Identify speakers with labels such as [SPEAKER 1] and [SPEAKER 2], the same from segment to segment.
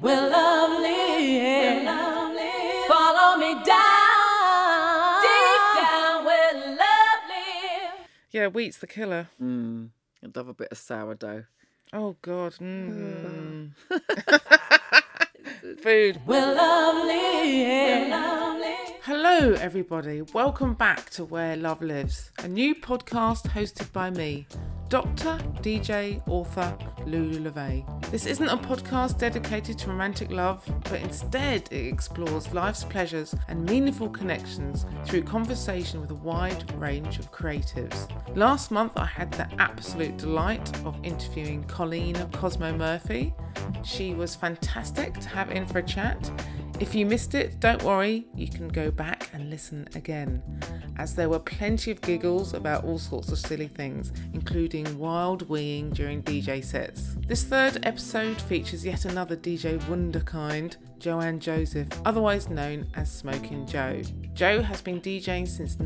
[SPEAKER 1] We're lovely. We're lovely. Follow me down. Deep down, we're lovely.
[SPEAKER 2] Yeah, wheat's the killer.
[SPEAKER 3] I'd love a bit of sourdough.
[SPEAKER 2] Oh God. Mm. Food.
[SPEAKER 1] We're lovely. We're lovely.
[SPEAKER 2] Hello, everybody. Welcome back to Where Love Lives, a new podcast hosted by me, Dr. DJ author Lulu LeVay. This isn't a podcast dedicated to romantic love, but instead it explores life's pleasures and meaningful connections through conversation with a wide range of creatives. Last month, I had the absolute delight of interviewing Colleen Cosmo Murphy. She was fantastic to have in for a chat. If you missed it, don't worry, you can go back and listen again, as there were plenty of giggles about all sorts of silly things, including wild weeing during DJ sets. This third episode features yet another DJ wonderkind, Joanne Joseph, otherwise known as Smoking Joe. Joe has been DJing since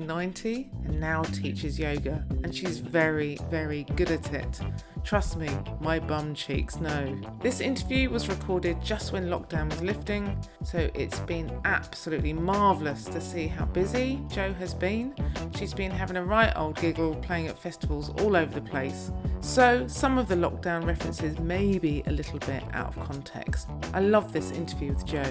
[SPEAKER 2] 1990 and now teaches yoga, and she's very, very good at it. Trust me, my bum cheeks know. This interview was recorded just when lockdown was lifting, so it's been absolutely marvellous to see how busy Jo has been. She's been having a right old giggle playing at festivals all over the place. So, some of the lockdown references may be a little bit out of context. I love this interview with Jo.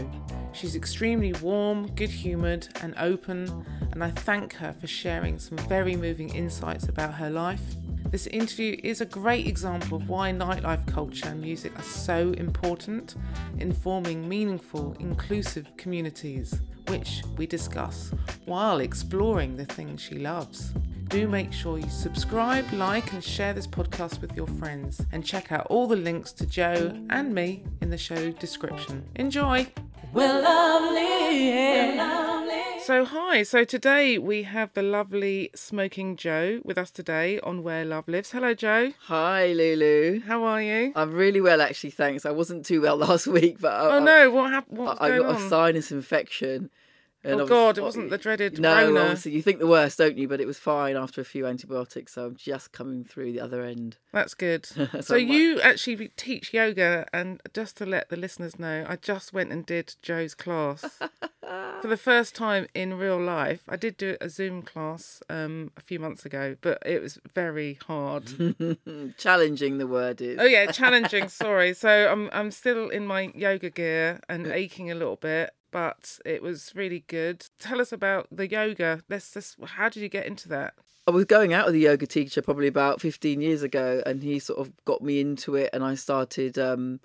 [SPEAKER 2] She's extremely warm, good humoured, and open, and I thank her for sharing some very moving insights about her life. This interview is a great example of why nightlife culture and music are so important in forming meaningful, inclusive communities, which we discuss while exploring the things she loves. Do make sure you subscribe, like, and share this podcast with your friends, and check out all the links to Joe and me in the show description. Enjoy!
[SPEAKER 1] We're lovely. We're lovely.
[SPEAKER 2] So, hi. So, today we have the lovely Smoking Joe with us today on Where Love Lives. Hello, Joe.
[SPEAKER 3] Hi, Lulu.
[SPEAKER 2] How are you?
[SPEAKER 3] I'm really well, actually. Thanks. I wasn't too well last week, but I,
[SPEAKER 2] Oh no! What happened? What's
[SPEAKER 3] I, I
[SPEAKER 2] going
[SPEAKER 3] got a
[SPEAKER 2] on?
[SPEAKER 3] sinus infection. and
[SPEAKER 2] Oh
[SPEAKER 3] obvi-
[SPEAKER 2] God! It wasn't the dreaded
[SPEAKER 3] No,
[SPEAKER 2] Rona.
[SPEAKER 3] obviously you think the worst, don't you? But it was fine after a few antibiotics, so I'm just coming through the other end.
[SPEAKER 2] That's good. so
[SPEAKER 3] Don't worry.
[SPEAKER 2] you actually teach yoga, and just to let the listeners know, I just went and did Joe's class for the first time in real life. I did do a Zoom class um, a few months ago, but it was very hard.
[SPEAKER 3] Challenging the word is.
[SPEAKER 2] Oh yeah, challenging. sorry. So I'm I'm still in my yoga gear and aching a little bit, but it was really good. Tell us about the yoga. Let's just. How did you get into that?
[SPEAKER 3] I was going out with a yoga teacher probably about 15 years ago, and he sort of got me into it, and I started um,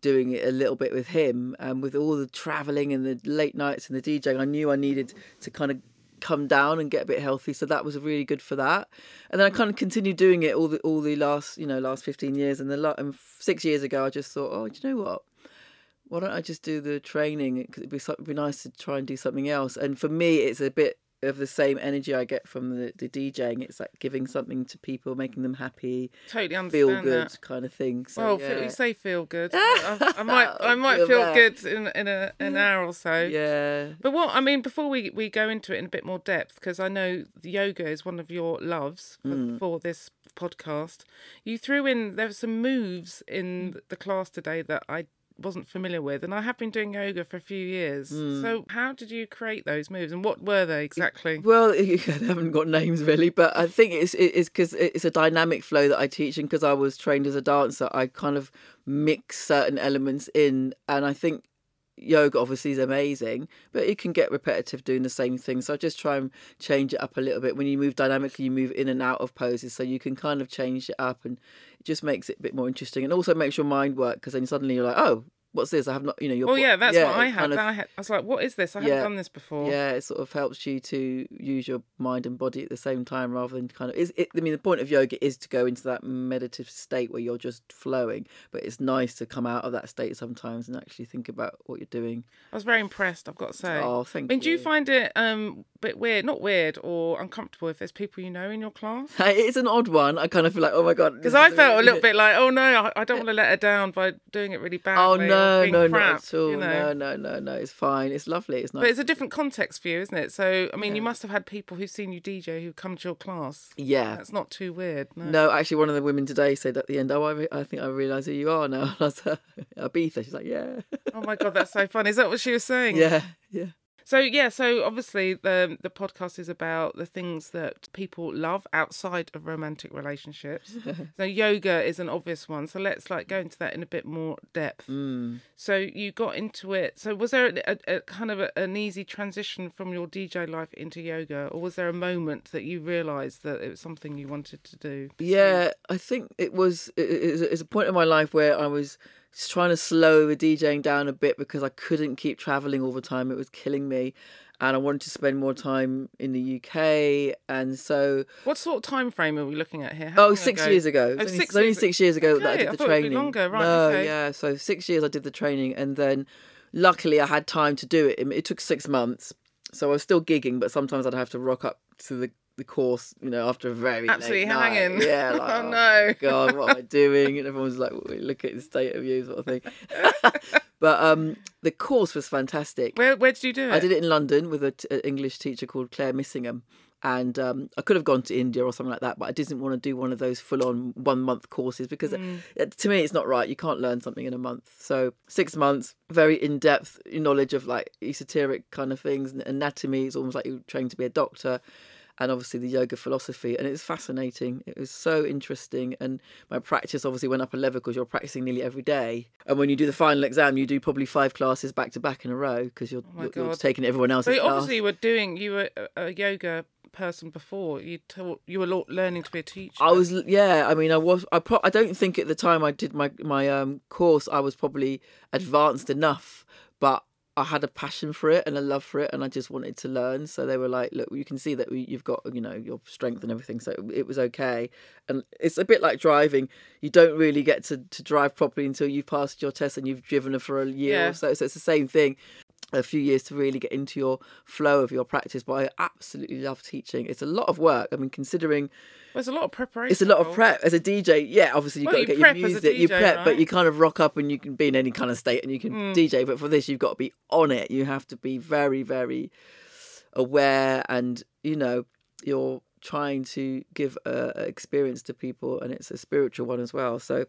[SPEAKER 3] doing it a little bit with him. And with all the traveling and the late nights and the DJing, I knew I needed to kind of come down and get a bit healthy. So that was really good for that. And then I kind of continued doing it all the all the last you know last 15 years, and the la- and six years ago I just thought, oh, do you know what? why don't I just do the training? Because it'd be, so- it'd be nice to try and do something else. And for me, it's a bit of the same energy I get from the, the DJing. It's like giving something to people, making them happy,
[SPEAKER 2] Totally understand
[SPEAKER 3] feel good
[SPEAKER 2] that.
[SPEAKER 3] kind of thing. So,
[SPEAKER 2] Well, feel,
[SPEAKER 3] yeah.
[SPEAKER 2] you say feel good. I, I might I might
[SPEAKER 3] Feel
[SPEAKER 2] feel
[SPEAKER 3] that.
[SPEAKER 2] good in in a, an hour or so.
[SPEAKER 3] yeah.
[SPEAKER 2] But what I mean before we, we go into it in a bit more depth, because I know the yoga is one of your loves for,
[SPEAKER 3] Mm.
[SPEAKER 2] for this podcast. You threw in there were some moves
[SPEAKER 3] Mm.
[SPEAKER 2] in the class today that I wasn't familiar with, and I have been doing yoga for a few years.
[SPEAKER 3] Mm.
[SPEAKER 2] So how did you create those moves, and what were they exactly?
[SPEAKER 3] Well, they haven't got names really, but I think it's it's because it's a dynamic flow that I teach, and because I was trained as a dancer, I kind of mix certain elements in, and I think yoga obviously is amazing, but it can get repetitive doing the same thing. So I just try and change it up a little bit. When you move dynamically, you move in and out of poses, so you can kind of change it up, and it just makes it a bit more interesting, and also makes your mind work because then suddenly you're like, oh, what's this? I have not, you know, your
[SPEAKER 2] Oh
[SPEAKER 3] bo-
[SPEAKER 2] yeah, that's what I
[SPEAKER 3] it
[SPEAKER 2] had.
[SPEAKER 3] kind of-
[SPEAKER 2] That I had. I was like, what is this? I haven't
[SPEAKER 3] Yeah.
[SPEAKER 2] done this before.
[SPEAKER 3] yeah, it sort of helps you to use your mind and body at the same time rather than kind of is it I mean the point of yoga is to go into that meditative state where you're just flowing, but it's nice to come out of that state sometimes and actually think about what you're doing.
[SPEAKER 2] I was very impressed. I've got to say.
[SPEAKER 3] Oh, thank
[SPEAKER 2] I mean, do you
[SPEAKER 3] you.
[SPEAKER 2] find it um a bit weird, not weird or uncomfortable if there's people you know in your class?
[SPEAKER 3] It's an odd one. I kind of feel like, oh my god,
[SPEAKER 2] Because I felt a little bit like, oh no, I, I don't want to let her down by doing it really badly.
[SPEAKER 3] Eh Oh
[SPEAKER 2] or
[SPEAKER 3] no,
[SPEAKER 2] being
[SPEAKER 3] no,
[SPEAKER 2] crap,
[SPEAKER 3] not at all.
[SPEAKER 2] you know.
[SPEAKER 3] No, no, no, no. It's fine. It's lovely. It's nice.
[SPEAKER 2] But it's a different context for you, isn't it? So, I mean, you must have had people who've seen you DJ who come to your class.
[SPEAKER 3] yeah.
[SPEAKER 2] That's not too weird. No.
[SPEAKER 3] No, actually, one of the women today said at the end, "Oh, I, re- I think I realise who you are now." And I was like, "Ibiza." She's like, "Yeah,
[SPEAKER 2] Oh my god, that's so fun. Is that what she was saying?
[SPEAKER 3] yeah, yeah."
[SPEAKER 2] So yeah, so obviously the the podcast is about the things that people love outside of romantic relationships. so yoga is an obvious one. So let's like go into that in a bit more depth.
[SPEAKER 3] Mm.
[SPEAKER 2] So you got into it. So was there a, a, a kind of a, an easy transition from your DJ life into yoga, or was there a moment that you realised that it was something you wanted to do?
[SPEAKER 3] Yeah, I think it was it, it, it's a point in my life where I was just trying to slow the DJing down a bit because I couldn't keep traveling all the time. It was killing me, and I wanted to spend more time in the UK. And so,
[SPEAKER 2] What sort of time frame are we looking at here? How
[SPEAKER 3] oh,
[SPEAKER 2] long
[SPEAKER 3] six years ago. It was only,
[SPEAKER 2] six
[SPEAKER 3] it's only
[SPEAKER 2] years-
[SPEAKER 3] six years ago that I
[SPEAKER 2] Okay,
[SPEAKER 3] did
[SPEAKER 2] I
[SPEAKER 3] the
[SPEAKER 2] thought it'd be
[SPEAKER 3] training.
[SPEAKER 2] longer, right,
[SPEAKER 3] No,
[SPEAKER 2] okay.
[SPEAKER 3] yeah. So six years I did the training, and then luckily I had time to do it. It it took six months, so I was still gigging, but sometimes I'd have to rock up to the the course, you know, after a very late
[SPEAKER 2] Absolutely
[SPEAKER 3] night.
[SPEAKER 2] hanging.
[SPEAKER 3] Yeah. Like,
[SPEAKER 2] Oh,
[SPEAKER 3] my
[SPEAKER 2] no.
[SPEAKER 3] God, what am I doing? And everyone's like, "Wait, look at his state of you, sort of thing. but um, the course was fantastic.
[SPEAKER 2] Where where did you do it?
[SPEAKER 3] I did it in London with an English teacher called Claire Missingham. And um, I could have gone to India or something like that, but I didn't want to do one of those full on one month courses because uh, to me it's not right. You can't learn something in a month. So, six months, very in depth knowledge of like esoteric kind of things, and anatomy. It's almost like you're trying to be a doctor. And obviously the yoga philosophy, and it was fascinating. It was so interesting, and my practice obviously went up a level because you're practicing nearly every day. And when you do the final exam, you do probably five classes back to back in a row because you're,
[SPEAKER 2] Oh my
[SPEAKER 3] you're, you're
[SPEAKER 2] God.
[SPEAKER 3] taking everyone
[SPEAKER 2] So
[SPEAKER 3] else's
[SPEAKER 2] you
[SPEAKER 3] class.
[SPEAKER 2] obviously were doing. You were a- a yoga person before. You taught. You were lo- learning to be a teacher.
[SPEAKER 3] I was yeah. I mean, I was. I pro- I don't think at the time I did my my um course. I was probably advanced enough, but I had a passion for it and a love for it, and I just wanted to learn. So they were like, "Look, you can see that we- you've got you know your strength and everything." So it was okay. And it's a bit like driving. You don't really get to to drive properly until you've passed your test and you've driven for a year
[SPEAKER 2] Yeah.
[SPEAKER 3] or so. So it's the same thing a few years to really get into your flow of your practice but i absolutely love teaching it's a lot of work i mean considering
[SPEAKER 2] There's a lot of preparation.
[SPEAKER 3] it's a lot of
[SPEAKER 2] involved.
[SPEAKER 3] prep as a DJ. Yeah, obviously you've
[SPEAKER 2] Well,
[SPEAKER 3] got to
[SPEAKER 2] you
[SPEAKER 3] get
[SPEAKER 2] prep
[SPEAKER 3] your
[SPEAKER 2] as a
[SPEAKER 3] music, you
[SPEAKER 2] DJ,
[SPEAKER 3] prep, but
[SPEAKER 2] right? Hmm.
[SPEAKER 3] you kind of rock up and you can be in any kind of state and you can DJ. But for this, you've got to be on it. You have to be very, very aware, and you know you're trying to give a, a experience to people, and it's a spiritual one as well. So.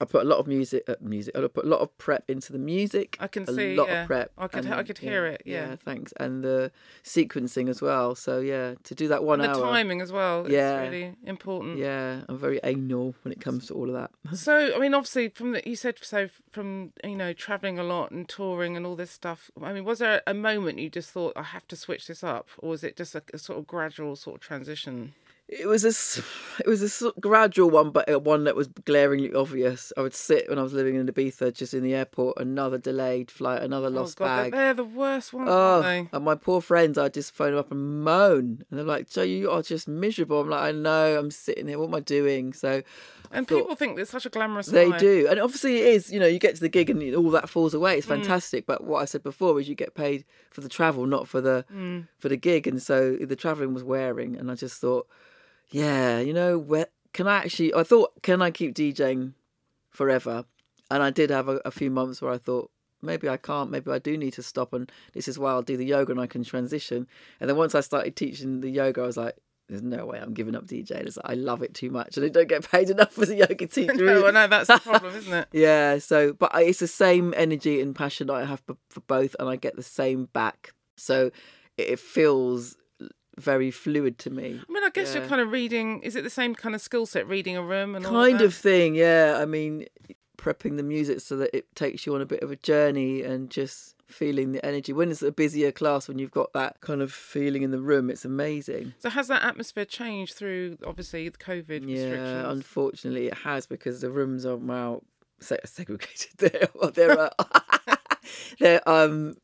[SPEAKER 3] I put a lot of music, uh, music. I put a lot of prep into the music.
[SPEAKER 2] I can
[SPEAKER 3] a
[SPEAKER 2] see,
[SPEAKER 3] lot
[SPEAKER 2] yeah.
[SPEAKER 3] of prep.
[SPEAKER 2] I could-
[SPEAKER 3] and
[SPEAKER 2] I could hear it, yeah.
[SPEAKER 3] thanks. And the sequencing as well. So yeah, to do that one
[SPEAKER 2] And the
[SPEAKER 3] hour.
[SPEAKER 2] timing as well.
[SPEAKER 3] Yeah.
[SPEAKER 2] It's really important.
[SPEAKER 3] Yeah, I'm very anal when it comes to all of that.
[SPEAKER 2] So I mean, obviously, from the you said so from you know traveling a lot and touring and all this stuff. I mean, was there a moment you just thought I have to switch this up, or was it just a, a sort of gradual sort of transition?
[SPEAKER 3] It was a, s- it was a sort of gradual one, but a one that was glaringly obvious. I would sit when I was living in Ibiza, just in the airport, another delayed flight, another lost
[SPEAKER 2] oh God, they're-
[SPEAKER 3] bag.
[SPEAKER 2] they're the worst ones,
[SPEAKER 3] Oh,
[SPEAKER 2] aren't
[SPEAKER 3] and my poor friends, I just phone them up and moan, and they're like, "Joe, you are just miserable." I'm like, "I know, I'm sitting here. What am I doing?" So,
[SPEAKER 2] they? And
[SPEAKER 3] thought-
[SPEAKER 2] people think it's such a glamorous.
[SPEAKER 3] They
[SPEAKER 2] life.
[SPEAKER 3] do, and obviously it is. You know, you get to the gig and all that falls away. It's fantastic. But what I said before is you get paid for the travel, not for the for the gig. And so the traveling was wearing, and I just thought, yeah, you know, where can I actually? I thought, can I keep DJing forever? And I did have a, a few months where I thought. Maybe I can't. Maybe I do need to stop, and this is why I'll do the yoga, and I can transition. And then once I started teaching the yoga, I was like, "There's no way I'm giving up DJing. It's like, I love it too much, and I don't get paid enough as a yoga teacher."
[SPEAKER 2] No, I
[SPEAKER 3] either."
[SPEAKER 2] know that's the problem, isn't it?
[SPEAKER 3] Yeah, so but I- it's the same energy and passion that I have b- for both, and I get the same back. So it it feels very fluid to me.
[SPEAKER 2] I mean, I guess you're
[SPEAKER 3] Yeah.
[SPEAKER 2] kind of reading. Is it the same kind of skill set, reading a room and all
[SPEAKER 3] Kind
[SPEAKER 2] that?
[SPEAKER 3] of thing, yeah. I mean, prepping the music so that it takes you on a bit of a journey and just feeling the energy. When it's a busier class, when you've got that kind of feeling in the room, it's amazing.
[SPEAKER 2] So has that atmosphere changed through obviously the COVID
[SPEAKER 3] Yeah,
[SPEAKER 2] restrictions?
[SPEAKER 3] unfortunately, it has because the rooms are now se- segregated. They're well, they're uh, they're um.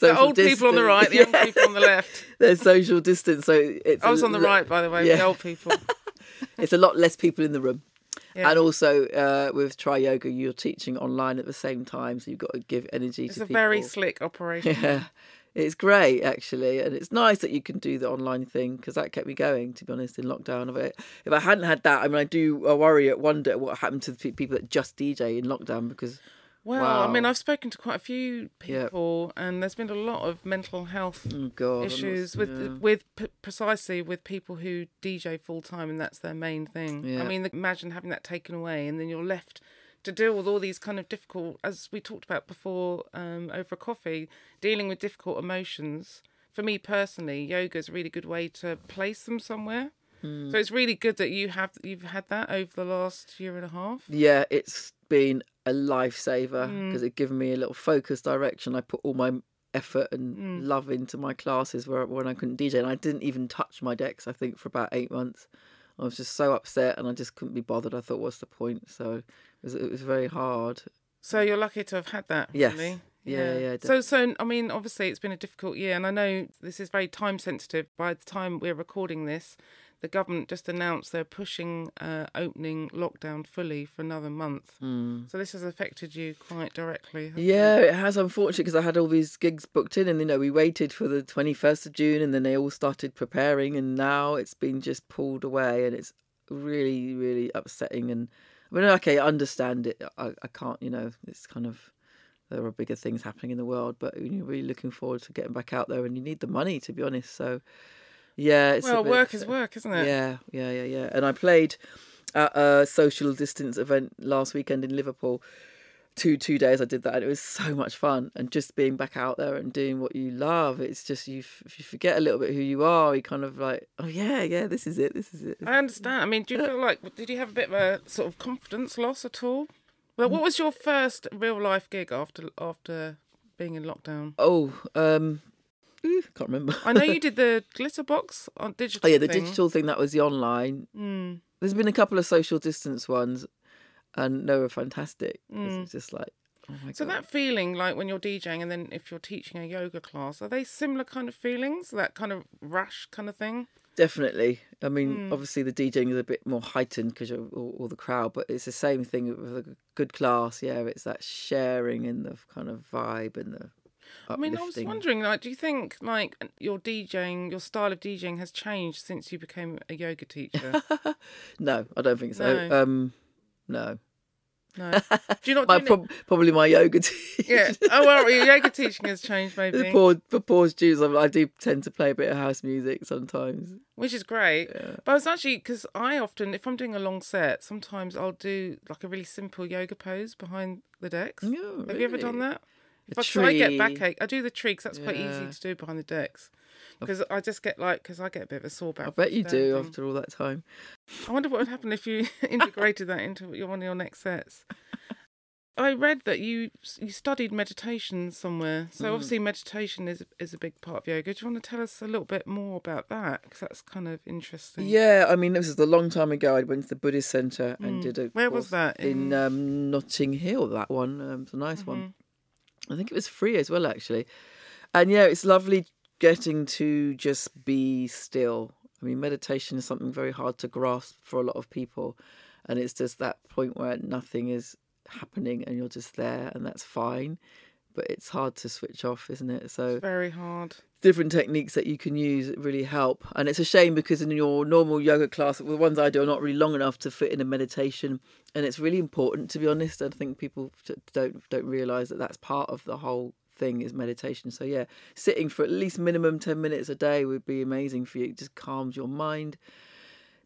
[SPEAKER 2] The
[SPEAKER 3] social
[SPEAKER 2] old people on the right, the
[SPEAKER 3] distan-
[SPEAKER 2] young people on the left.
[SPEAKER 3] They're social distance, so it's.
[SPEAKER 2] I
[SPEAKER 3] a
[SPEAKER 2] was on the
[SPEAKER 3] lo-
[SPEAKER 2] right, by the way, with
[SPEAKER 3] Yeah.
[SPEAKER 2] the old people.
[SPEAKER 3] It's a lot less people in the room,
[SPEAKER 2] Yeah.
[SPEAKER 3] and also uh, with Tri Yoga, you're teaching online at the same time, so you've got to give energy
[SPEAKER 2] It's
[SPEAKER 3] to
[SPEAKER 2] a
[SPEAKER 3] people.
[SPEAKER 2] very slick operation.
[SPEAKER 3] Yeah. It's great actually, and it's nice that you can do the online thing because that kept me going. To be honest, in lockdown, of it, if I hadn't had that, I mean, I do I worry at wonder what happened to the pe- people that just DJ in lockdown because
[SPEAKER 2] Well, I
[SPEAKER 3] Wow.
[SPEAKER 2] mean, I've spoken to quite a few
[SPEAKER 3] Yeah.
[SPEAKER 2] people, and there's been a lot of mental health
[SPEAKER 3] Oh God, I'm not-
[SPEAKER 2] issues with
[SPEAKER 3] yeah.
[SPEAKER 2] with p- precisely with people who DJ full time and that's their main thing. I
[SPEAKER 3] Yeah.
[SPEAKER 2] mean, imagine having that taken away and then you're left to deal with all these kind of difficult, as we talked about before um, over coffee, dealing with difficult emotions. For me personally, yoga is a really good way to place them somewhere.
[SPEAKER 3] Hmm.
[SPEAKER 2] So it's really good that you have you've had that over the last year and a half.
[SPEAKER 3] yeah, it's been a lifesaver because it given me a little focused direction. I put all my effort and love into my classes where when I couldn't DJ, and I didn't even touch my decks. I think for about eight months, I was just so upset, and I just couldn't be bothered. I thought, what's the point? So it was, it was very hard.
[SPEAKER 2] So you're lucky to have had that.
[SPEAKER 3] Yes.
[SPEAKER 2] Really.
[SPEAKER 3] Yeah, yeah,
[SPEAKER 2] so, so I mean, obviously, it's been a difficult year, and I know this is very time sensitive. By the time we're recording this, the government just announced they're pushing uh, opening lockdown fully for another month.
[SPEAKER 3] Hmm.
[SPEAKER 2] So this has affected you quite directly. hasn't
[SPEAKER 3] Yeah, it has unfortunately because I had all these gigs booked in, and you know we waited for the twenty first of June, and then they all started preparing, and now it's been just pulled away, and it's really really upsetting. And I mean, okay, I understand it. I, I can't, you know, it's kind of there are bigger things happening in the world, but you're really looking forward to getting back out there, and you need the money to be honest. So yeah,
[SPEAKER 2] it?
[SPEAKER 3] it's a
[SPEAKER 2] Well,
[SPEAKER 3] bit-
[SPEAKER 2] work is work, isn't it?
[SPEAKER 3] yeah, yeah, yeah, yeah. And I played at a social distance event last weekend in Liverpool. Two two days I did that, and it was so much fun. And just being back out there and doing what you love, it's just you f- you forget a little bit who you are. You kind of like, oh yeah, yeah, this is it, this is it.
[SPEAKER 2] I understand. I mean, do you feel like did you have a bit of a sort of confidence loss at all? Well,
[SPEAKER 3] Mm.
[SPEAKER 2] what was your first real life gig after after being in lockdown?
[SPEAKER 3] Oh, um, ooh, can't remember.
[SPEAKER 2] I know you did the glitter box on digital.
[SPEAKER 3] Oh yeah, the
[SPEAKER 2] thing. Mm.
[SPEAKER 3] digital thing that was the online. There's been a couple of social distance ones, and they were fantastic. 'cause It's just like, oh my
[SPEAKER 2] Mm. So
[SPEAKER 3] god.
[SPEAKER 2] that feeling, like when you're DJing, and then if you're teaching a yoga class, are they similar kind of feelings? That kind of rush kind of thing.
[SPEAKER 3] Definitely. I mean,
[SPEAKER 2] Hmm.
[SPEAKER 3] obviously the DJing is a bit more heightened because of all, all the crowd, but it's the same thing with a good class. Yeah, it's that sharing and the kind of vibe and the uplifting.
[SPEAKER 2] I mean, I was wondering, like, do you think like your DJing, your style of DJing, has changed since you became a yoga teacher?
[SPEAKER 3] No, I don't think so.
[SPEAKER 2] No.
[SPEAKER 3] Um, no.
[SPEAKER 2] No. Do you not?
[SPEAKER 3] My
[SPEAKER 2] do
[SPEAKER 3] prob- probably my yoga teacher.
[SPEAKER 2] yeah. Oh well, your yoga teaching has changed,
[SPEAKER 3] The
[SPEAKER 2] maybe,
[SPEAKER 3] poor, the poor Jews. I, I do tend to play a bit of house music sometimes.
[SPEAKER 2] which is great. But I was actually because I often, if I'm doing a long set, sometimes I'll do like a really simple yoga pose behind the decks.
[SPEAKER 3] Yeah,
[SPEAKER 2] Have you ever done
[SPEAKER 3] really?
[SPEAKER 2] that? If
[SPEAKER 3] The
[SPEAKER 2] I, so I get
[SPEAKER 3] tree.
[SPEAKER 2] backache. I do the tree 'cause that's quite easy
[SPEAKER 3] Yeah.
[SPEAKER 2] to do behind the decks. Because I just get like, because I get a bit of a sore back.
[SPEAKER 3] I bet you do
[SPEAKER 2] standing.
[SPEAKER 3] after all that time.
[SPEAKER 2] I wonder what would happen if you integrated that into your one of your next sets. I read that you you studied meditation somewhere. So
[SPEAKER 3] Mm.
[SPEAKER 2] obviously meditation is is a big part of yoga. Do you want to tell us a little bit more about that? Because that's kind of interesting.
[SPEAKER 3] Yeah, I mean, this is a long time ago. I went to the Buddhist Centre and did a.
[SPEAKER 2] Hmm. Where was
[SPEAKER 3] course
[SPEAKER 2] that?
[SPEAKER 3] In,
[SPEAKER 2] In-
[SPEAKER 3] um, Notting Hill, that one. Um, it's a nice one.
[SPEAKER 2] Mm-hmm.
[SPEAKER 3] I think it was free as well, actually. And yeah, it's lovely getting to just be still. I mean, meditation is something very hard to grasp for a lot of people. And it's just that point where nothing is happening and you're just there, and that's fine. But it's hard to switch off, isn't it? So
[SPEAKER 2] Very hard.
[SPEAKER 3] different techniques that you can use that really help. And it's a shame because in your normal yoga class, the ones I do are not really long enough to fit in a meditation. And it's really important, to be honest. I think people t- don't don't realize that that's part of the whole thing is meditation. So yeah, sitting for at least minimum ten minutes a day would be amazing for you. It just calms your mind,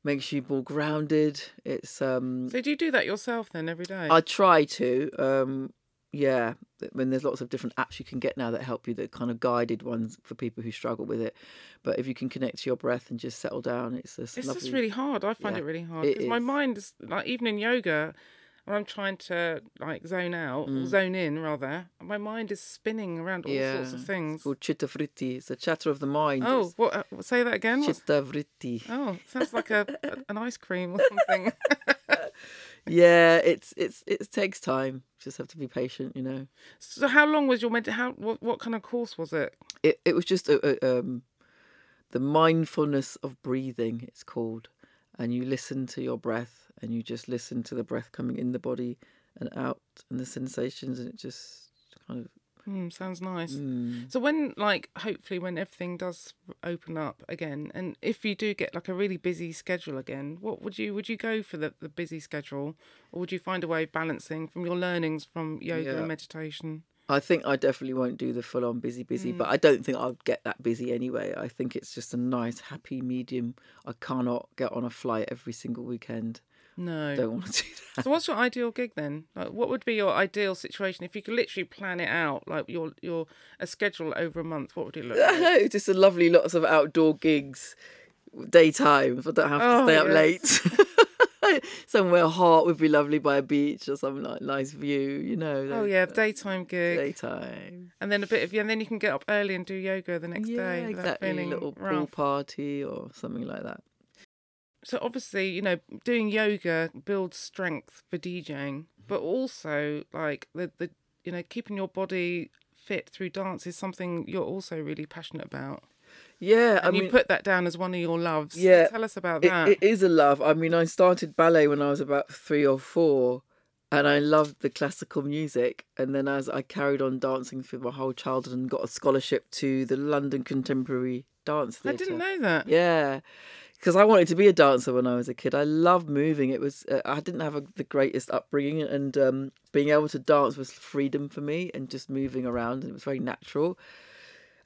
[SPEAKER 3] makes you more grounded. It's um,
[SPEAKER 2] So do you do that yourself then every day?
[SPEAKER 3] I try to. Um, yeah, I mean, there's lots of different apps you can get now that help you, that kind of guided ones for people who struggle with it. But if you can connect to your breath and just settle down, it's just
[SPEAKER 2] It's
[SPEAKER 3] lovely.
[SPEAKER 2] just really hard. I find
[SPEAKER 3] Yeah,
[SPEAKER 2] it really hard
[SPEAKER 3] it
[SPEAKER 2] because my
[SPEAKER 3] is.
[SPEAKER 2] mind is like even in yoga, when I'm trying to like zone out or zone in rather, my mind is spinning around all
[SPEAKER 3] Mm. yeah.
[SPEAKER 2] sorts of things.
[SPEAKER 3] It's called chittavritti. It's the chatter of the mind.
[SPEAKER 2] Oh, what? Uh, say that again.
[SPEAKER 3] It's
[SPEAKER 2] What's-
[SPEAKER 3] chittavritti.
[SPEAKER 2] Oh, sounds like a an ice cream or something.
[SPEAKER 3] Yeah, it's it's it takes time. Just have to be patient, you know.
[SPEAKER 2] so how long was your med? How what, what kind of course was it?
[SPEAKER 3] it, it was just a, a, um, the mindfulness of breathing it's called and you listen to your breath and you just listen to the breath coming in the body and out and the sensations and it just kind of
[SPEAKER 2] Mm, sounds nice.
[SPEAKER 3] Mm.
[SPEAKER 2] So when like hopefully when everything does open up again, and if you do get like a really busy schedule again, what would you would you go for the, the busy schedule, or would you find a way of balancing from your learnings from yoga
[SPEAKER 3] Yeah.
[SPEAKER 2] and meditation?
[SPEAKER 3] I think I definitely won't do the full on busy, busy, but I don't think I'll get that busy anyway. I think it's just a nice, happy medium. I cannot get on a flight every single weekend.
[SPEAKER 2] No.
[SPEAKER 3] Don't want to do that.
[SPEAKER 2] So what's your ideal gig then? Like, what would be your ideal situation if you could literally plan it out, like your your a schedule over a month? What would it look
[SPEAKER 3] I
[SPEAKER 2] like?
[SPEAKER 3] know, just a lovely lots of outdoor gigs, daytime. so I don't have to
[SPEAKER 2] Oh,
[SPEAKER 3] stay up
[SPEAKER 2] yes.
[SPEAKER 3] late. Somewhere hot would be lovely by a beach or some like nice view, you know.
[SPEAKER 2] Oh
[SPEAKER 3] those-
[SPEAKER 2] yeah, daytime gig,
[SPEAKER 3] Daytime.
[SPEAKER 2] and then a bit of and then you can get up early and do yoga the next
[SPEAKER 3] yeah,
[SPEAKER 2] day. without
[SPEAKER 3] exactly.
[SPEAKER 2] feeling
[SPEAKER 3] Little pool
[SPEAKER 2] rough.
[SPEAKER 3] party or something like that.
[SPEAKER 2] so obviously you know doing yoga builds strength for djing
[SPEAKER 3] Mm-hmm.
[SPEAKER 2] but also like the, the you know keeping your body fit through dance is something you're also really passionate about
[SPEAKER 3] Yeah,
[SPEAKER 2] and
[SPEAKER 3] I mean,
[SPEAKER 2] you put that down as one of your loves
[SPEAKER 3] Yeah.
[SPEAKER 2] tell us about
[SPEAKER 3] It-
[SPEAKER 2] that
[SPEAKER 3] it is a love. I mean, I started ballet when I was about three or four, and I loved the classical music. And then as I carried on dancing through my whole childhood and got a scholarship to the London Contemporary Dance
[SPEAKER 2] i
[SPEAKER 3] Theatre.
[SPEAKER 2] didn't know that
[SPEAKER 3] Yeah, because I wanted to be a dancer when I was a kid. I loved moving. It was uh, I didn't have a, the greatest upbringing, and um, being able to dance was freedom for me, and just moving around, and it was very natural.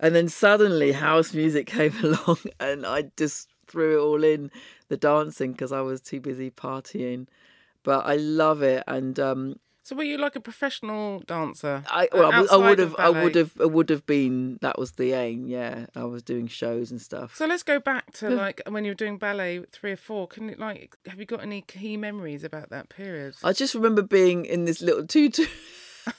[SPEAKER 3] And then suddenly, house music came along, and I just threw it all in the dancing because I was too busy partying. But I love it, and um,
[SPEAKER 2] so were you like a professional dancer
[SPEAKER 3] I,
[SPEAKER 2] Uh,
[SPEAKER 3] well, I, would- I
[SPEAKER 2] outside
[SPEAKER 3] would
[SPEAKER 2] of
[SPEAKER 3] have, I
[SPEAKER 2] ballet?
[SPEAKER 3] would have, I would have been. That was the aim. Yeah, I was doing shows and stuff.
[SPEAKER 2] so let's go back to like when you were doing ballet three or four can you like have you got any key memories about that period
[SPEAKER 3] I just remember being in this little tutu.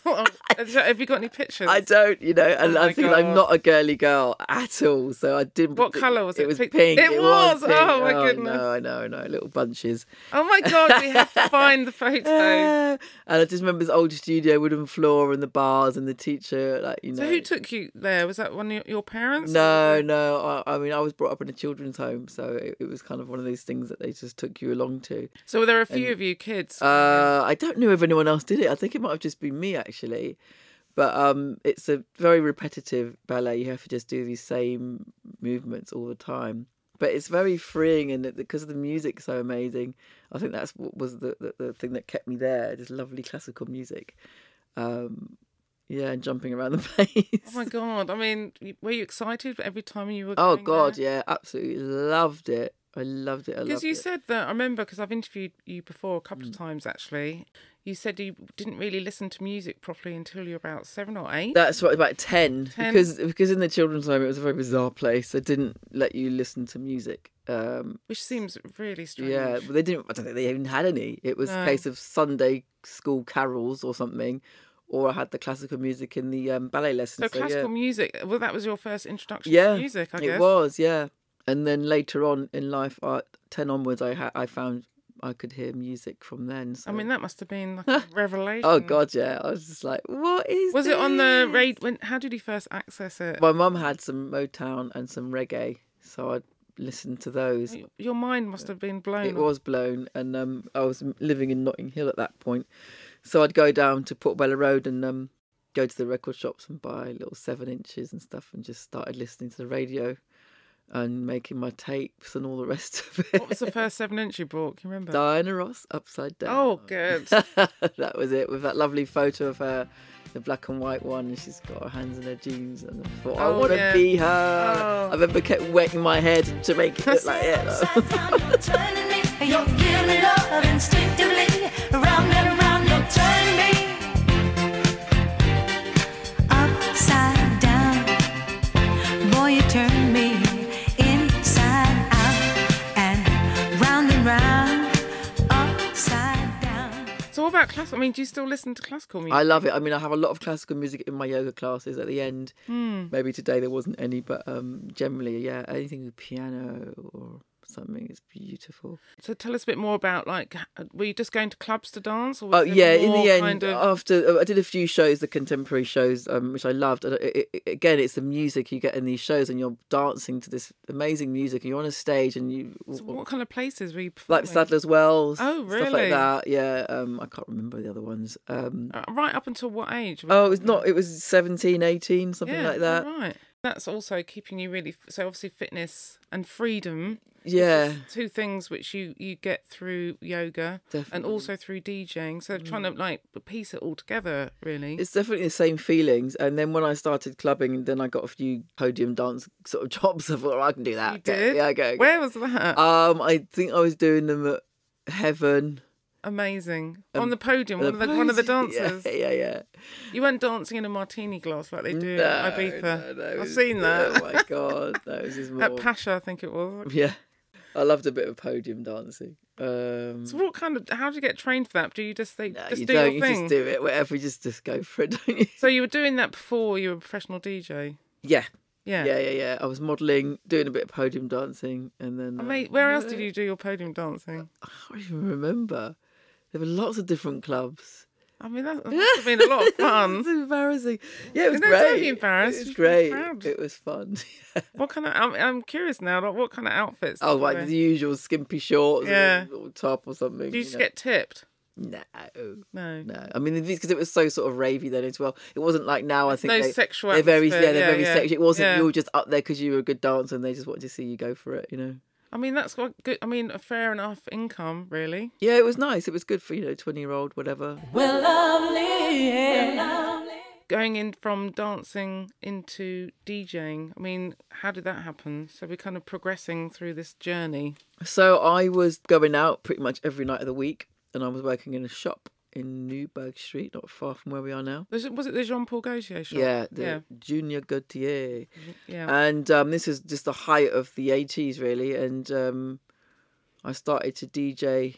[SPEAKER 2] have you got any pictures
[SPEAKER 3] I don't, you know, and
[SPEAKER 2] Oh
[SPEAKER 3] I
[SPEAKER 2] my
[SPEAKER 3] think I'm
[SPEAKER 2] God.
[SPEAKER 3] not a girly girl at all. So I didn't.
[SPEAKER 2] What colour was it?
[SPEAKER 3] It was
[SPEAKER 2] Pink?
[SPEAKER 3] pink.
[SPEAKER 2] It was,
[SPEAKER 3] pink.
[SPEAKER 2] oh my goodness.
[SPEAKER 3] No, I know, I know. Little bunches.
[SPEAKER 2] oh my god we have to find the photos
[SPEAKER 3] Ah, and I just remember this old studio, wooden floor, and the bars, and the teacher, like you know.
[SPEAKER 2] So who took you there? Was that one of your parents?
[SPEAKER 3] no, no. I, I mean, I was brought up in a children's home, so it, it was kind of one of those things that they just took you along to.
[SPEAKER 2] So were there a few of you kids?
[SPEAKER 3] Uh, I don't know if anyone else did it. I think it might have just been me actually. But um, it's a very repetitive ballet. You have to just do these same movements all the time. But it's very freeing, and it- because the music's so amazing, I think that's what was the, the, the thing that kept me there. Just lovely classical music. Um, yeah, and jumping around the place.
[SPEAKER 2] oh my god! I mean, y- were you excited every time you were?
[SPEAKER 3] Oh, God, yeah, absolutely loved it. I loved it. I
[SPEAKER 2] Because
[SPEAKER 3] loved
[SPEAKER 2] you
[SPEAKER 3] it. Mm.
[SPEAKER 2] said that I remember because I've interviewed you before a couple of times actually. You said you didn't really listen to music properly until you were about seven or eight.
[SPEAKER 3] That's what about 10,
[SPEAKER 2] 10.
[SPEAKER 3] because because in the children's home it was a very bizarre place. They didn't let you listen to music. Um,
[SPEAKER 2] which seems really strange.
[SPEAKER 3] yeah, but they didn't. I don't think they even had any. It was
[SPEAKER 2] No.
[SPEAKER 3] a case of Sunday school carols or something, or I had the classical music in the um, ballet
[SPEAKER 2] So
[SPEAKER 3] lessons. so, yeah.
[SPEAKER 2] classical music. Well, that was your first introduction
[SPEAKER 3] Yeah,
[SPEAKER 2] to music, I guess.
[SPEAKER 3] It was, yeah. And then later on in life, uh, ten onwards, I ha- I found I could hear music from then. So.
[SPEAKER 2] I mean, that must have been like a revelation.
[SPEAKER 3] oh god, yeah. I was just like, what is?
[SPEAKER 2] Was it on the
[SPEAKER 3] this?
[SPEAKER 2] raid? When? How did you first access it?
[SPEAKER 3] My mum had some Motown and some reggae, so I'd listen to those.
[SPEAKER 2] Y- Your mind must have been blown.
[SPEAKER 3] It was blown, and um, I was m- living in Notting Hill at that point, so I'd go down to Portobello Road and um, go to the record shops and buy little seven inches and stuff, and just started listening to the radio and making my tapes and all the rest of it.
[SPEAKER 2] What was the first seven inch you brought? Can you remember?
[SPEAKER 3] Diana Ross upside down.
[SPEAKER 2] Oh, good.
[SPEAKER 3] that was it. With that lovely photo of her, the black and white one, and she's got her hands in her jeans. And I thought, I
[SPEAKER 2] Oh,
[SPEAKER 3] want to
[SPEAKER 2] yeah.
[SPEAKER 3] be her.
[SPEAKER 2] Oh.
[SPEAKER 3] I remember kept wetting my head to make it look like it.
[SPEAKER 1] Upside down, you're turning me. You're giving me love instinctively. Round and round, you're turning me. Upside down, boy, you turn me inside out and round and round, upside down.
[SPEAKER 2] So, what about classical? I mean, do you still listen to classical music?
[SPEAKER 3] I love it. I mean, I have a lot of classical music in my yoga classes at the end.
[SPEAKER 2] Hmm.
[SPEAKER 3] Maybe today there wasn't any, but um, generally, yeah, anything with piano or something. It's beautiful.
[SPEAKER 2] So tell us a bit more about like, h- were you just going to clubs to dance? Or was
[SPEAKER 3] Oh
[SPEAKER 2] it
[SPEAKER 3] yeah, in
[SPEAKER 2] more
[SPEAKER 3] the end, oh.
[SPEAKER 2] kind of-
[SPEAKER 3] after I did a few shows, the contemporary shows, um, which I loved. And it, it, again, it's the music you get in these shows, and you're dancing to this amazing music, and you're on a stage, and you
[SPEAKER 2] so what kind of places were you performing?
[SPEAKER 3] like Sadler's Wells,
[SPEAKER 2] Oh,
[SPEAKER 3] stuff
[SPEAKER 2] really?
[SPEAKER 3] like that. Yeah, um, I can't remember the other ones. Um,
[SPEAKER 2] Uh, Right up until what age?
[SPEAKER 3] oh, it was not. It was 17, 18, something
[SPEAKER 2] yeah,
[SPEAKER 3] like that.
[SPEAKER 2] Right. That's also keeping you really f- so obviously fitness and freedom,
[SPEAKER 3] Yeah,
[SPEAKER 2] two things which you you get through yoga and
[SPEAKER 3] Definitely. Mm.
[SPEAKER 2] also through DJing. So trying to like piece it all together really.
[SPEAKER 3] it's definitely the same feelings. And then when I started clubbing, then I got a few podium dance sort of jobs. I thought "Oh, I can do that.
[SPEAKER 2] you did.
[SPEAKER 3] Yeah, I go.
[SPEAKER 2] Where was that?
[SPEAKER 3] Um, I think I was doing them at Heaven.
[SPEAKER 2] Amazing. on the podium, one of the one of the
[SPEAKER 3] pose- yeah,
[SPEAKER 2] dancers.
[SPEAKER 3] Yeah, yeah.
[SPEAKER 2] You weren't dancing in a martini glass like they do
[SPEAKER 3] No,
[SPEAKER 2] at Ibiza.
[SPEAKER 3] no, no, it
[SPEAKER 2] I've
[SPEAKER 3] was-
[SPEAKER 2] seen that.
[SPEAKER 3] Oh my god, that was just more.
[SPEAKER 2] At Pasha, I think it was.
[SPEAKER 3] yeah, I loved a bit of podium dancing. Um,
[SPEAKER 2] So what kind of? How do you get trained for that? Do you just think
[SPEAKER 3] no,
[SPEAKER 2] just
[SPEAKER 3] you
[SPEAKER 2] do
[SPEAKER 3] don't.
[SPEAKER 2] your
[SPEAKER 3] you
[SPEAKER 2] thing?
[SPEAKER 3] just do it. Whatever. You just just go for it, don't you?
[SPEAKER 2] So you were doing that before you were a professional DJ.
[SPEAKER 3] Yeah,
[SPEAKER 2] Yeah.
[SPEAKER 3] yeah, yeah, yeah. I was modelling, doing a bit of podium dancing, and then.
[SPEAKER 2] I
[SPEAKER 3] uh,
[SPEAKER 2] mean, where else did you do your podium dancing?
[SPEAKER 3] I can't even remember. There were lots of different clubs.
[SPEAKER 2] I mean, that must have been a lot of
[SPEAKER 3] It's
[SPEAKER 2] fun.
[SPEAKER 3] embarrassing. Yeah, it was
[SPEAKER 2] No, don't
[SPEAKER 3] great.
[SPEAKER 2] be embarrassed. You
[SPEAKER 3] It was
[SPEAKER 2] should be
[SPEAKER 3] great.
[SPEAKER 2] proud.
[SPEAKER 3] It was fun.
[SPEAKER 2] What kind of? I'm, I'm curious now. Like, what kind of outfits?
[SPEAKER 3] Oh,
[SPEAKER 2] did you wear?
[SPEAKER 3] like the usual skimpy shorts,
[SPEAKER 2] Yeah.
[SPEAKER 3] and a little top or something.
[SPEAKER 2] Did you just
[SPEAKER 3] know.
[SPEAKER 2] get tipped?
[SPEAKER 3] No,
[SPEAKER 2] No.
[SPEAKER 3] no. I mean, because it was so sort of ravey then as well. It wasn't like now. I think
[SPEAKER 2] No
[SPEAKER 3] they,
[SPEAKER 2] sexual
[SPEAKER 3] They're very, yeah,
[SPEAKER 2] atmosphere.
[SPEAKER 3] they're
[SPEAKER 2] Yeah,
[SPEAKER 3] very
[SPEAKER 2] yeah.
[SPEAKER 3] sexual. It wasn't
[SPEAKER 2] Yeah.
[SPEAKER 3] you were just up there because you were a good dancer and they just wanted to see you go for it. You know.
[SPEAKER 2] I mean, that's what good. I mean, a fair enough income, really.
[SPEAKER 3] Yeah, it was nice. It was good for you know twenty year old whatever.
[SPEAKER 1] We're lovely, yeah. lovely.
[SPEAKER 2] Going in from dancing into DJing. I mean, how did that happen? So we're kind of progressing through this journey.
[SPEAKER 3] So I was going out pretty much every night of the week, and I was working in a shop in Newburgh Street, not far from where we are now.
[SPEAKER 2] Was it, was it the Jean Paul Gaultier shop?
[SPEAKER 3] Yeah, the
[SPEAKER 2] yeah,
[SPEAKER 3] Junior Gautier.
[SPEAKER 2] yeah.
[SPEAKER 3] and um, this is just the height of the 80s really and um, i started to dj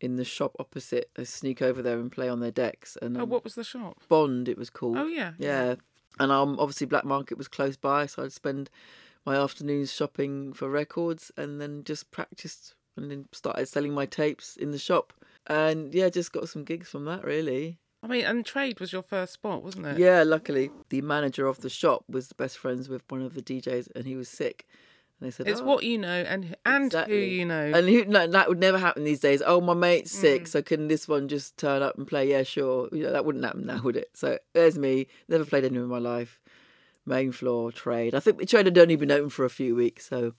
[SPEAKER 3] in the shop opposite i sneak over there and play on their decks and
[SPEAKER 2] oh,
[SPEAKER 3] um,
[SPEAKER 2] what was the shop?
[SPEAKER 3] bond it was called
[SPEAKER 2] Oh yeah,
[SPEAKER 3] yeah and um, obviously black market was close by so i'd spend my afternoons shopping for records and then just practiced and then started selling my tapes in the shop and yeah just got some gigs from that really
[SPEAKER 2] I mean, and trade was your first spot, wasn't it?
[SPEAKER 3] yeah, luckily the manager of the shop was best friends with one of the DJs, and he was sick. And they said,
[SPEAKER 2] It's
[SPEAKER 3] "Oh."
[SPEAKER 2] what you know and and who
[SPEAKER 3] Exactly.
[SPEAKER 2] you know. Mm.
[SPEAKER 3] And who, no, that would never happen these days. Oh, my mate's sick, so can this one just turn up and play? Yeah, sure. You know, that wouldn't happen now, would it? So there's me. Never played anywhere in my life. Main floor trade. I think the trade had only been open for a few weeks, so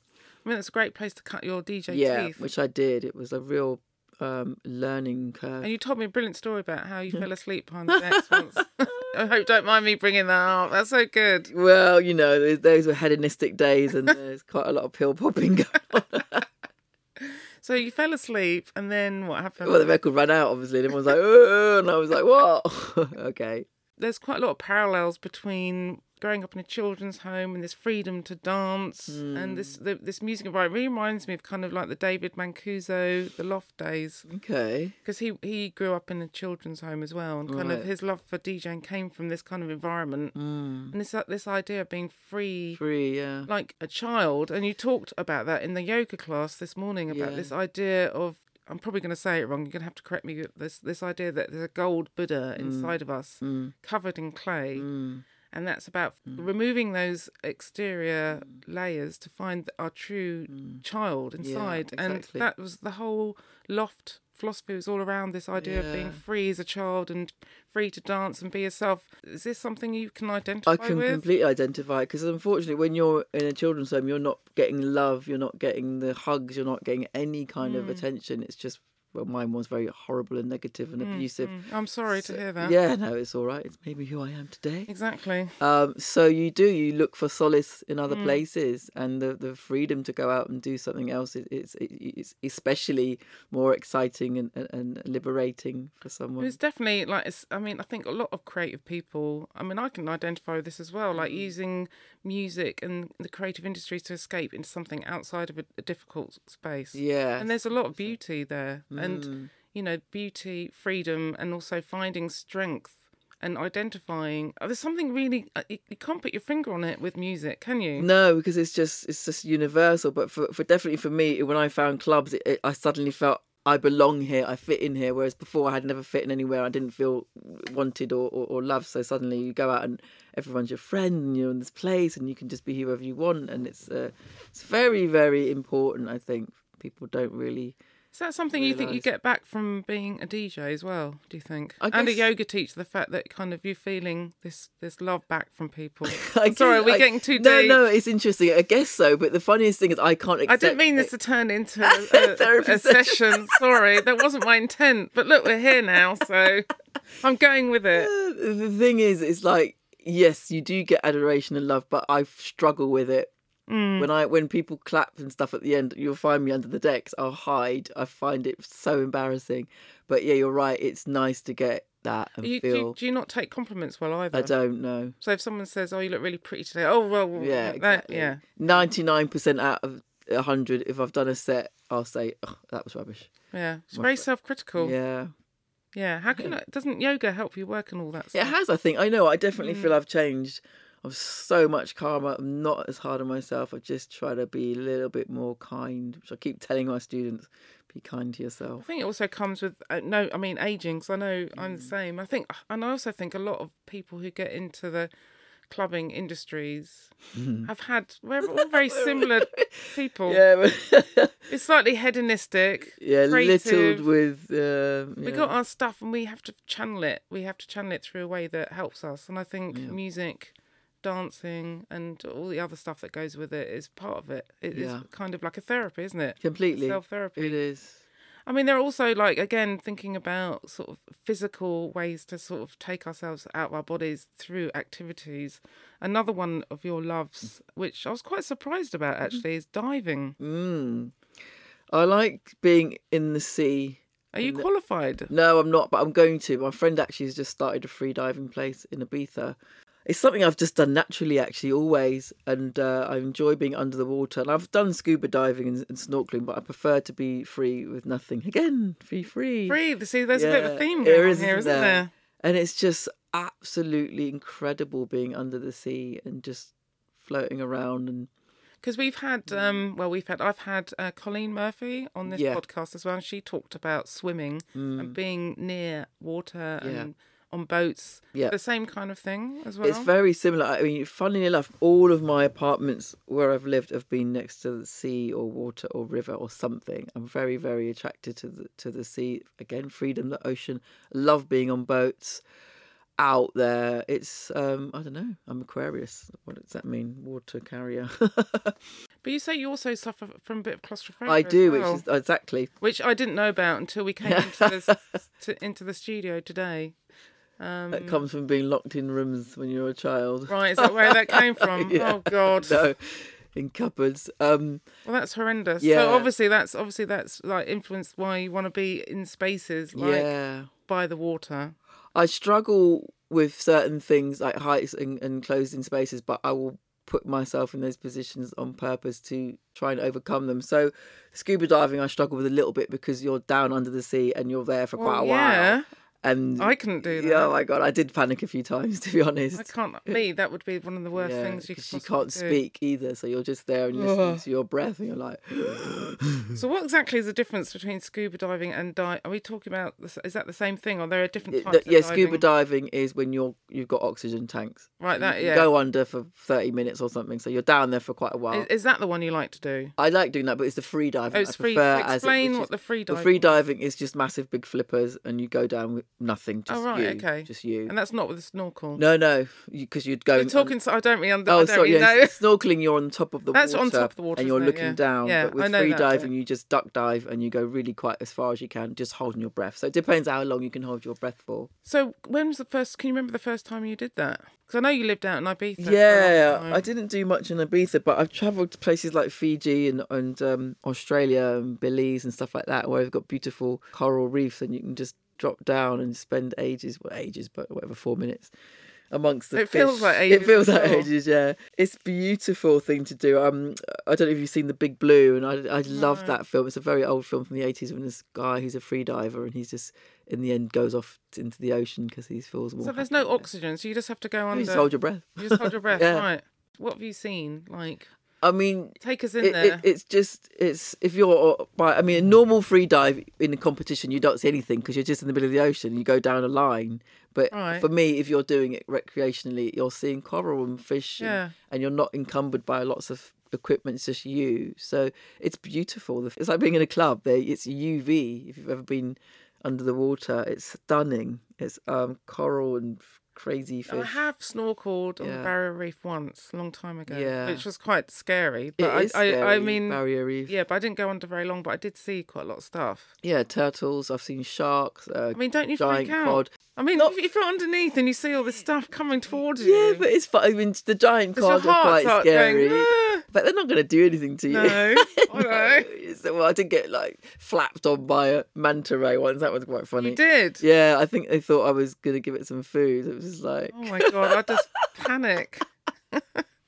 [SPEAKER 2] I mean, it's a great place to cut your DJ
[SPEAKER 3] yeah,
[SPEAKER 2] teeth.
[SPEAKER 3] which I did. It was a real um, learning curve.
[SPEAKER 2] And you told me a brilliant story about how you fell asleep behind the decks once. I hope don't mind me bringing that up. That's so good.
[SPEAKER 3] Well, you know, th- those were hedonistic days, and there's quite a lot of pill popping going on.
[SPEAKER 2] So you fell asleep, and then what happened?
[SPEAKER 3] Well, the record ran out, obviously, and everyone's like, oh, and I was like, what? okay.
[SPEAKER 2] There's quite a lot of parallels between growing up in a children's home and this freedom to dance and this the, this music environment really reminds me of kind of like the David Mancuso, the Loft days.
[SPEAKER 3] Mm-hmm. Okay.
[SPEAKER 2] because he he grew up in a children's home as well, and kind of
[SPEAKER 3] Right.
[SPEAKER 2] his love for DJing came from this kind of environment, mm. and this this idea of being free,
[SPEAKER 3] Free, yeah.
[SPEAKER 2] like a child. And you talked about that in the yoga class this morning about
[SPEAKER 3] Yeah.
[SPEAKER 2] this idea of I'm probably going to say it wrong. You're going to have to correct me. This this idea that there's a gold Buddha
[SPEAKER 3] Mm.
[SPEAKER 2] inside of us, covered in clay. And that's about
[SPEAKER 3] Mm.
[SPEAKER 2] removing those exterior layers to find our true child inside.
[SPEAKER 3] Mm. exactly.
[SPEAKER 2] And that was the whole loft philosophy was all around this idea of being
[SPEAKER 3] Yeah.
[SPEAKER 2] free as a child and free to dance and be yourself. Is this something you can identify
[SPEAKER 3] I can
[SPEAKER 2] with?
[SPEAKER 3] completely identify because unfortunately, when you're in a children's home, you're not getting love, you're not getting the hugs, you're not getting any kind
[SPEAKER 2] Mm.
[SPEAKER 3] of attention. It's just, well, mine was very horrible and negative
[SPEAKER 2] Mm,
[SPEAKER 3] and abusive.
[SPEAKER 2] I'm sorry to hear that.
[SPEAKER 3] Yeah, no, it's all right. It's maybe who I am today.
[SPEAKER 2] Exactly.
[SPEAKER 3] Um, so you do you look for solace in
[SPEAKER 2] Mm.
[SPEAKER 3] other places, and the, the freedom to go out and do something else is it's, it's especially more exciting and, and, and liberating for someone.
[SPEAKER 2] It's definitely like it's, I mean, I think a lot of creative people. I mean, I can identify with this as well. Like using music and the creative industries to escape into something outside of a, a difficult space.
[SPEAKER 3] yeah,
[SPEAKER 2] And there's a lot of beauty there, and you know, beauty, freedom, and also finding strength and identifying. oh, There's something really uh, you, you can't put your finger on it with music, can you?
[SPEAKER 3] No, because it's just it's just universal. But for, for definitely for me, when I found clubs, it, it, I suddenly felt I belong here. I fit in here. Whereas before, I had never fit in anywhere. I didn't feel wanted or, or, or loved. So suddenly, you go out and everyone's your friend, and you're in this place, and you can just be whoever you want. And it's uh, it's very very important. I think people don't really.
[SPEAKER 2] Is that something you think you get back from being a DJ as well? Do you think?
[SPEAKER 3] I
[SPEAKER 2] And a
[SPEAKER 3] guess-
[SPEAKER 2] yoga teacher, the fact that kind of you feeling this this love back from people.
[SPEAKER 3] I
[SPEAKER 2] Sorry,
[SPEAKER 3] guess-
[SPEAKER 2] are we
[SPEAKER 3] I-
[SPEAKER 2] getting too
[SPEAKER 3] No,
[SPEAKER 2] deep?
[SPEAKER 3] no, it's interesting. I guess so. But the funniest thing is, I can't.
[SPEAKER 2] I
[SPEAKER 3] Accept
[SPEAKER 2] didn't mean
[SPEAKER 3] it.
[SPEAKER 2] this to turn into a, a, a session. Sorry, that wasn't my intent. But look, we're here now, so I'm going with it.
[SPEAKER 3] the thing is, it's like yes, you do get adoration and love, but I struggle with it.
[SPEAKER 2] Mm.
[SPEAKER 3] When I when people clap and stuff at the end, you'll find me under the decks. I'll hide. I find it so embarrassing. But yeah, you're right. It's nice to get that and
[SPEAKER 2] You, do,
[SPEAKER 3] feel.
[SPEAKER 2] you, do you not take compliments well either?
[SPEAKER 3] I don't know.
[SPEAKER 2] So if someone says, "Oh, you look really pretty today," oh well, well,
[SPEAKER 3] Yeah,
[SPEAKER 2] that-
[SPEAKER 3] exactly.
[SPEAKER 2] yeah.
[SPEAKER 3] Ninety nine percent out of hundred, if I've done a set, I'll say "Ugh, that was rubbish.
[SPEAKER 2] Yeah, it's very self-critical. Yeah.
[SPEAKER 3] Yeah.
[SPEAKER 2] How can I, doesn't yoga help you work and all that
[SPEAKER 3] It
[SPEAKER 2] stuff?
[SPEAKER 3] has, I think. I know. I definitely feel
[SPEAKER 2] Mm.
[SPEAKER 3] I've changed. I'm so much calmer. I'm not as hard on myself. I just try to be a little bit more kind, which I keep telling my students: be kind to
[SPEAKER 2] I
[SPEAKER 3] yourself.
[SPEAKER 2] think it also comes with uh, no. I mean, aging. 'cause I know I'm
[SPEAKER 3] Mm.
[SPEAKER 2] the same. I think, and I also think a lot of people who get into the clubbing industries have had we're all very similar people.
[SPEAKER 3] Mm-hmm. Yeah, but-
[SPEAKER 2] It's slightly hedonistic.
[SPEAKER 3] yeah.
[SPEAKER 2] creative.
[SPEAKER 3] Littled with. Um,
[SPEAKER 2] We
[SPEAKER 3] yeah.
[SPEAKER 2] got our stuff, and we have to channel it. We have to channel it through a way that helps us. And I think music, dancing, and all the other stuff that goes with it is part of it. It is
[SPEAKER 3] Yeah.
[SPEAKER 2] kind of like a therapy, isn't it?
[SPEAKER 3] completely.
[SPEAKER 2] Self therapy.
[SPEAKER 3] It is.
[SPEAKER 2] I mean, they're also like again thinking about sort of physical ways to sort of take ourselves out of our bodies through activities. Another one of your loves, which I was quite surprised
[SPEAKER 3] Mm-hmm.
[SPEAKER 2] about actually, is diving.
[SPEAKER 3] I like being in the sea.
[SPEAKER 2] Are you qualified?
[SPEAKER 3] No, I'm not, but I'm going to. My friend actually has just started a free diving place in Ibiza. It's something I've just done naturally, actually, always, and uh, I enjoy being under the water. And I've done scuba diving and, and snorkeling, but I prefer to be free with nothing. Again, free, free.
[SPEAKER 2] Breathe. See, there's a bit of a
[SPEAKER 3] Yeah,
[SPEAKER 2] theme
[SPEAKER 3] there
[SPEAKER 2] going on
[SPEAKER 3] is,
[SPEAKER 2] here,
[SPEAKER 3] isn't
[SPEAKER 2] isn't
[SPEAKER 3] there?
[SPEAKER 2] there?
[SPEAKER 3] And it's just absolutely incredible being under the sea and just floating around. And
[SPEAKER 2] because we've had um well we've had i've had uh, colleen murphy on this
[SPEAKER 3] Mm. Yeah. Mm.
[SPEAKER 2] podcast as well and she talked about swimming and being near water
[SPEAKER 3] Yeah.
[SPEAKER 2] and on boats
[SPEAKER 3] Yeah.
[SPEAKER 2] the same kind of thing as well
[SPEAKER 3] it's very similar. I mean, funnily enough, all of my apartments where I've lived have been next to the sea or water or river or something. I'm very, very attracted to the to the sea. Again, freedom, the ocean. Love being on boats out there. It's um, I don't know. I'm Aquarius. What does that mean? Water carrier.
[SPEAKER 2] but you say you also suffer from a bit of claustrophobia
[SPEAKER 3] I
[SPEAKER 2] as
[SPEAKER 3] do,
[SPEAKER 2] well,
[SPEAKER 3] which is exactly.
[SPEAKER 2] which i didn't know about until we came into this to, into the studio today
[SPEAKER 3] That comes from being locked in rooms when you're a child.
[SPEAKER 2] Um, right is that where that came from oh god
[SPEAKER 3] No, in cupboards. Um,
[SPEAKER 2] well that's horrendous
[SPEAKER 3] Yeah.
[SPEAKER 2] so obviously that's obviously that's like influenced why you want to be in spaces like
[SPEAKER 3] yeah.
[SPEAKER 2] by the water
[SPEAKER 3] I struggle with certain things like heights and, and closing spaces, but I will put myself in those positions on purpose to try and overcome them. So scuba diving I struggle with a little bit because you're down under the sea and you're there for quite a
[SPEAKER 2] yeah.
[SPEAKER 3] while. And
[SPEAKER 2] I couldn't do that.
[SPEAKER 3] Yeah, oh my god, I did panic a few times to be honest.
[SPEAKER 2] I can't. Me, that would be one of the worst
[SPEAKER 3] Yeah,
[SPEAKER 2] things you could
[SPEAKER 3] because you
[SPEAKER 2] possibly
[SPEAKER 3] can't
[SPEAKER 2] do.
[SPEAKER 3] speak either, so you're just there and listening to your breath, and you're like,
[SPEAKER 2] So, what exactly is the difference between scuba diving and dive? Are we talking about? The, s- is that the same thing, or there are different types?
[SPEAKER 3] Th-
[SPEAKER 2] of
[SPEAKER 3] Uh, yeah,
[SPEAKER 2] diving?
[SPEAKER 3] scuba diving is when you're you've got oxygen tanks.
[SPEAKER 2] Right, that
[SPEAKER 3] You
[SPEAKER 2] Uh, yeah.
[SPEAKER 3] go under for thirty minutes or something, so you're down there for quite a while.
[SPEAKER 2] Is, is that the one you like to do?
[SPEAKER 3] I like doing that, but it's the free diving.
[SPEAKER 2] Oh,
[SPEAKER 3] I
[SPEAKER 2] it's free.
[SPEAKER 3] prefer as it-
[SPEAKER 2] Explain
[SPEAKER 3] which
[SPEAKER 2] what
[SPEAKER 3] is-
[SPEAKER 2] the free
[SPEAKER 3] The
[SPEAKER 2] diving.
[SPEAKER 3] free diving is just massive big flippers, and you go down with nothing. Just
[SPEAKER 2] oh right,
[SPEAKER 3] you,
[SPEAKER 2] okay.
[SPEAKER 3] Just you.
[SPEAKER 2] And that's not with a snorkel.
[SPEAKER 3] No, no, because you, would go.
[SPEAKER 2] You're talking. So I don't really. Under,
[SPEAKER 3] Oh,
[SPEAKER 2] I don't
[SPEAKER 3] sorry.
[SPEAKER 2] really
[SPEAKER 3] yeah,
[SPEAKER 2] know.
[SPEAKER 3] s- snorkeling, you're on top of the
[SPEAKER 2] That's
[SPEAKER 3] water.
[SPEAKER 2] on top of the water,
[SPEAKER 3] and you're
[SPEAKER 2] isn't it?
[SPEAKER 3] looking
[SPEAKER 2] Yeah.
[SPEAKER 3] down.
[SPEAKER 2] Yeah,
[SPEAKER 3] but
[SPEAKER 2] I
[SPEAKER 3] with
[SPEAKER 2] know
[SPEAKER 3] free
[SPEAKER 2] that, yeah.
[SPEAKER 3] diving, you just duck dive and you go really quite as far as you can, just holding your breath. So it depends how long you can hold your breath for.
[SPEAKER 2] So when was the first? Can you remember the first time you did that? Because I know you lived out in Ibiza. for a long
[SPEAKER 3] Yeah, I
[SPEAKER 2] time.
[SPEAKER 3] didn't do much in Ibiza, but I've travelled to places like Fiji and and um, Australia and Belize and stuff like that, where they've got beautiful coral reefs, and you can just drop down and spend ages, well, ages, but whatever, four minutes amongst the
[SPEAKER 2] It feels
[SPEAKER 3] fish.
[SPEAKER 2] like
[SPEAKER 3] It
[SPEAKER 2] ages
[SPEAKER 3] feels like
[SPEAKER 2] before.
[SPEAKER 3] ages, yeah. It's a beautiful thing to do. Um, I don't know if you've seen The Big Blue, and I I love that film. It's a very old film from the eighties when this guy who's a free diver and he's just in the end goes off t- into the ocean because he feels more.
[SPEAKER 2] So there's no oxygen, so you just have to go
[SPEAKER 3] You
[SPEAKER 2] under.
[SPEAKER 3] just hold your breath.
[SPEAKER 2] You just hold your breath,
[SPEAKER 3] Yeah.
[SPEAKER 2] right? What have you seen? Like,
[SPEAKER 3] I mean,
[SPEAKER 2] take us in
[SPEAKER 3] it,
[SPEAKER 2] there.
[SPEAKER 3] it, it's just it's if you're by I mean a normal free dive in a competition you don't see anything because you're just in the middle of the ocean you go down a line but
[SPEAKER 2] Right.
[SPEAKER 3] for me if you're doing it recreationally you're seeing coral and fish and,
[SPEAKER 2] Yeah.
[SPEAKER 3] and you're not encumbered by lots of equipment it's just you so it's beautiful The- it's like being in a club there it's UV if you've ever been under the water it's stunning it's um coral and f- crazy
[SPEAKER 2] I
[SPEAKER 3] fish
[SPEAKER 2] have snorkeled on the
[SPEAKER 3] Yeah.
[SPEAKER 2] Barrier Reef once, a long time ago,
[SPEAKER 3] Yeah.
[SPEAKER 2] which was quite scary.
[SPEAKER 3] It
[SPEAKER 2] But I,
[SPEAKER 3] is
[SPEAKER 2] I, I
[SPEAKER 3] scary,
[SPEAKER 2] mean,
[SPEAKER 3] barrier reef
[SPEAKER 2] yeah, but I didn't go under very long, but I did see quite a lot of stuff.
[SPEAKER 3] yeah turtles I've seen sharks uh,
[SPEAKER 2] I mean, don't you
[SPEAKER 3] giant
[SPEAKER 2] freak out?
[SPEAKER 3] cod
[SPEAKER 2] I mean,
[SPEAKER 3] Not-
[SPEAKER 2] if, if you're underneath and you see all this stuff coming towards you,
[SPEAKER 3] Yeah, but it's fun. I mean, the giant
[SPEAKER 2] does your
[SPEAKER 3] cod are
[SPEAKER 2] heart
[SPEAKER 3] quite
[SPEAKER 2] start
[SPEAKER 3] scary,
[SPEAKER 2] going, "Ah."
[SPEAKER 3] but they're not going to do anything to you.
[SPEAKER 2] no, I know.
[SPEAKER 3] So, well, I did get like flapped on by a manta ray once. That was quite funny.
[SPEAKER 2] You did.
[SPEAKER 3] Yeah, I think they thought I was going to give it some food. It was just like
[SPEAKER 2] Oh my god, I just panic.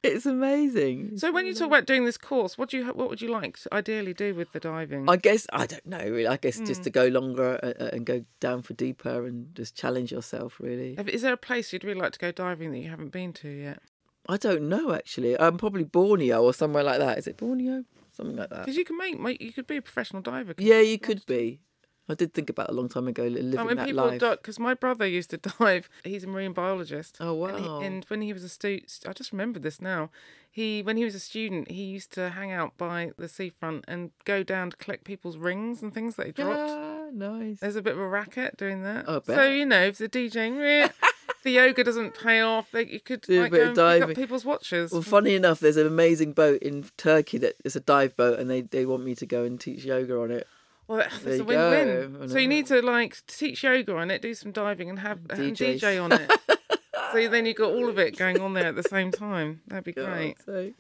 [SPEAKER 3] it's amazing.
[SPEAKER 2] So when you talk about doing this course, what do you what would you like to ideally do with the diving?
[SPEAKER 3] I guess I don't know really. I guess
[SPEAKER 2] Hmm.
[SPEAKER 3] just to go longer uh, and, and go down for deeper and just challenge yourself really.
[SPEAKER 2] Have- Is there a place you'd really like to go diving that you haven't been to yet?
[SPEAKER 3] I don't know actually. I'm probably Borneo or somewhere like that. Is it Borneo? Something like that.
[SPEAKER 2] Because you can make, make you could be a professional diver. couldn't
[SPEAKER 3] Yeah, you could be. I did think about it a long time ago li- living
[SPEAKER 2] Like when
[SPEAKER 3] that
[SPEAKER 2] people
[SPEAKER 3] life.
[SPEAKER 2] dive, because my brother used to dive. He's a marine biologist.
[SPEAKER 3] Oh,
[SPEAKER 2] And, he-
[SPEAKER 3] wow.
[SPEAKER 2] and when he was a student, I just remembered this now. He, when he was a student, he used to hang out by the seafront and go down to collect people's rings and things that he dropped.
[SPEAKER 3] Ah, nice.
[SPEAKER 2] There's a bit of a racket doing that.
[SPEAKER 3] I
[SPEAKER 2] so
[SPEAKER 3] bet.
[SPEAKER 2] you know, if the DJing, the yoga doesn't pay off, like you could
[SPEAKER 3] a
[SPEAKER 2] like,
[SPEAKER 3] bit
[SPEAKER 2] go
[SPEAKER 3] of
[SPEAKER 2] and pick up
[SPEAKER 3] diving.
[SPEAKER 2] people's watches.
[SPEAKER 3] Well, funny enough, there's an amazing boat in Turkey that is a dive boat, and they, they want me to go and teach yoga on it.
[SPEAKER 2] Well,
[SPEAKER 3] There
[SPEAKER 2] it's a
[SPEAKER 3] you
[SPEAKER 2] win-win.
[SPEAKER 3] go. I
[SPEAKER 2] So you
[SPEAKER 3] know.
[SPEAKER 2] need to like teach yoga on it, do some diving, and have and
[SPEAKER 3] DJs.
[SPEAKER 2] DJ on it. so then you've got all of it going on there at the same time. That'd be great.
[SPEAKER 3] So,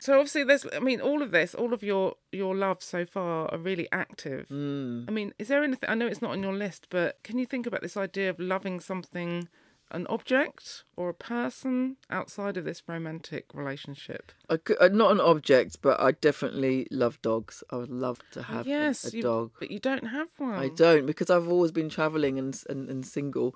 [SPEAKER 2] So obviously, there's. I mean, all of this, all of your your loves so far are really active.
[SPEAKER 3] Mm.
[SPEAKER 2] I mean, is there anything? I know it's not on your list, but can you think about this idea of loving something? An object or a person outside of this romantic relationship.
[SPEAKER 3] I could, uh, not an object, but I definitely love dogs. I would love to have a-
[SPEAKER 2] yes,
[SPEAKER 3] a,
[SPEAKER 2] you-
[SPEAKER 3] dog.
[SPEAKER 2] but you don't have one.
[SPEAKER 3] I don't because I've always been travelling and, s- and and single,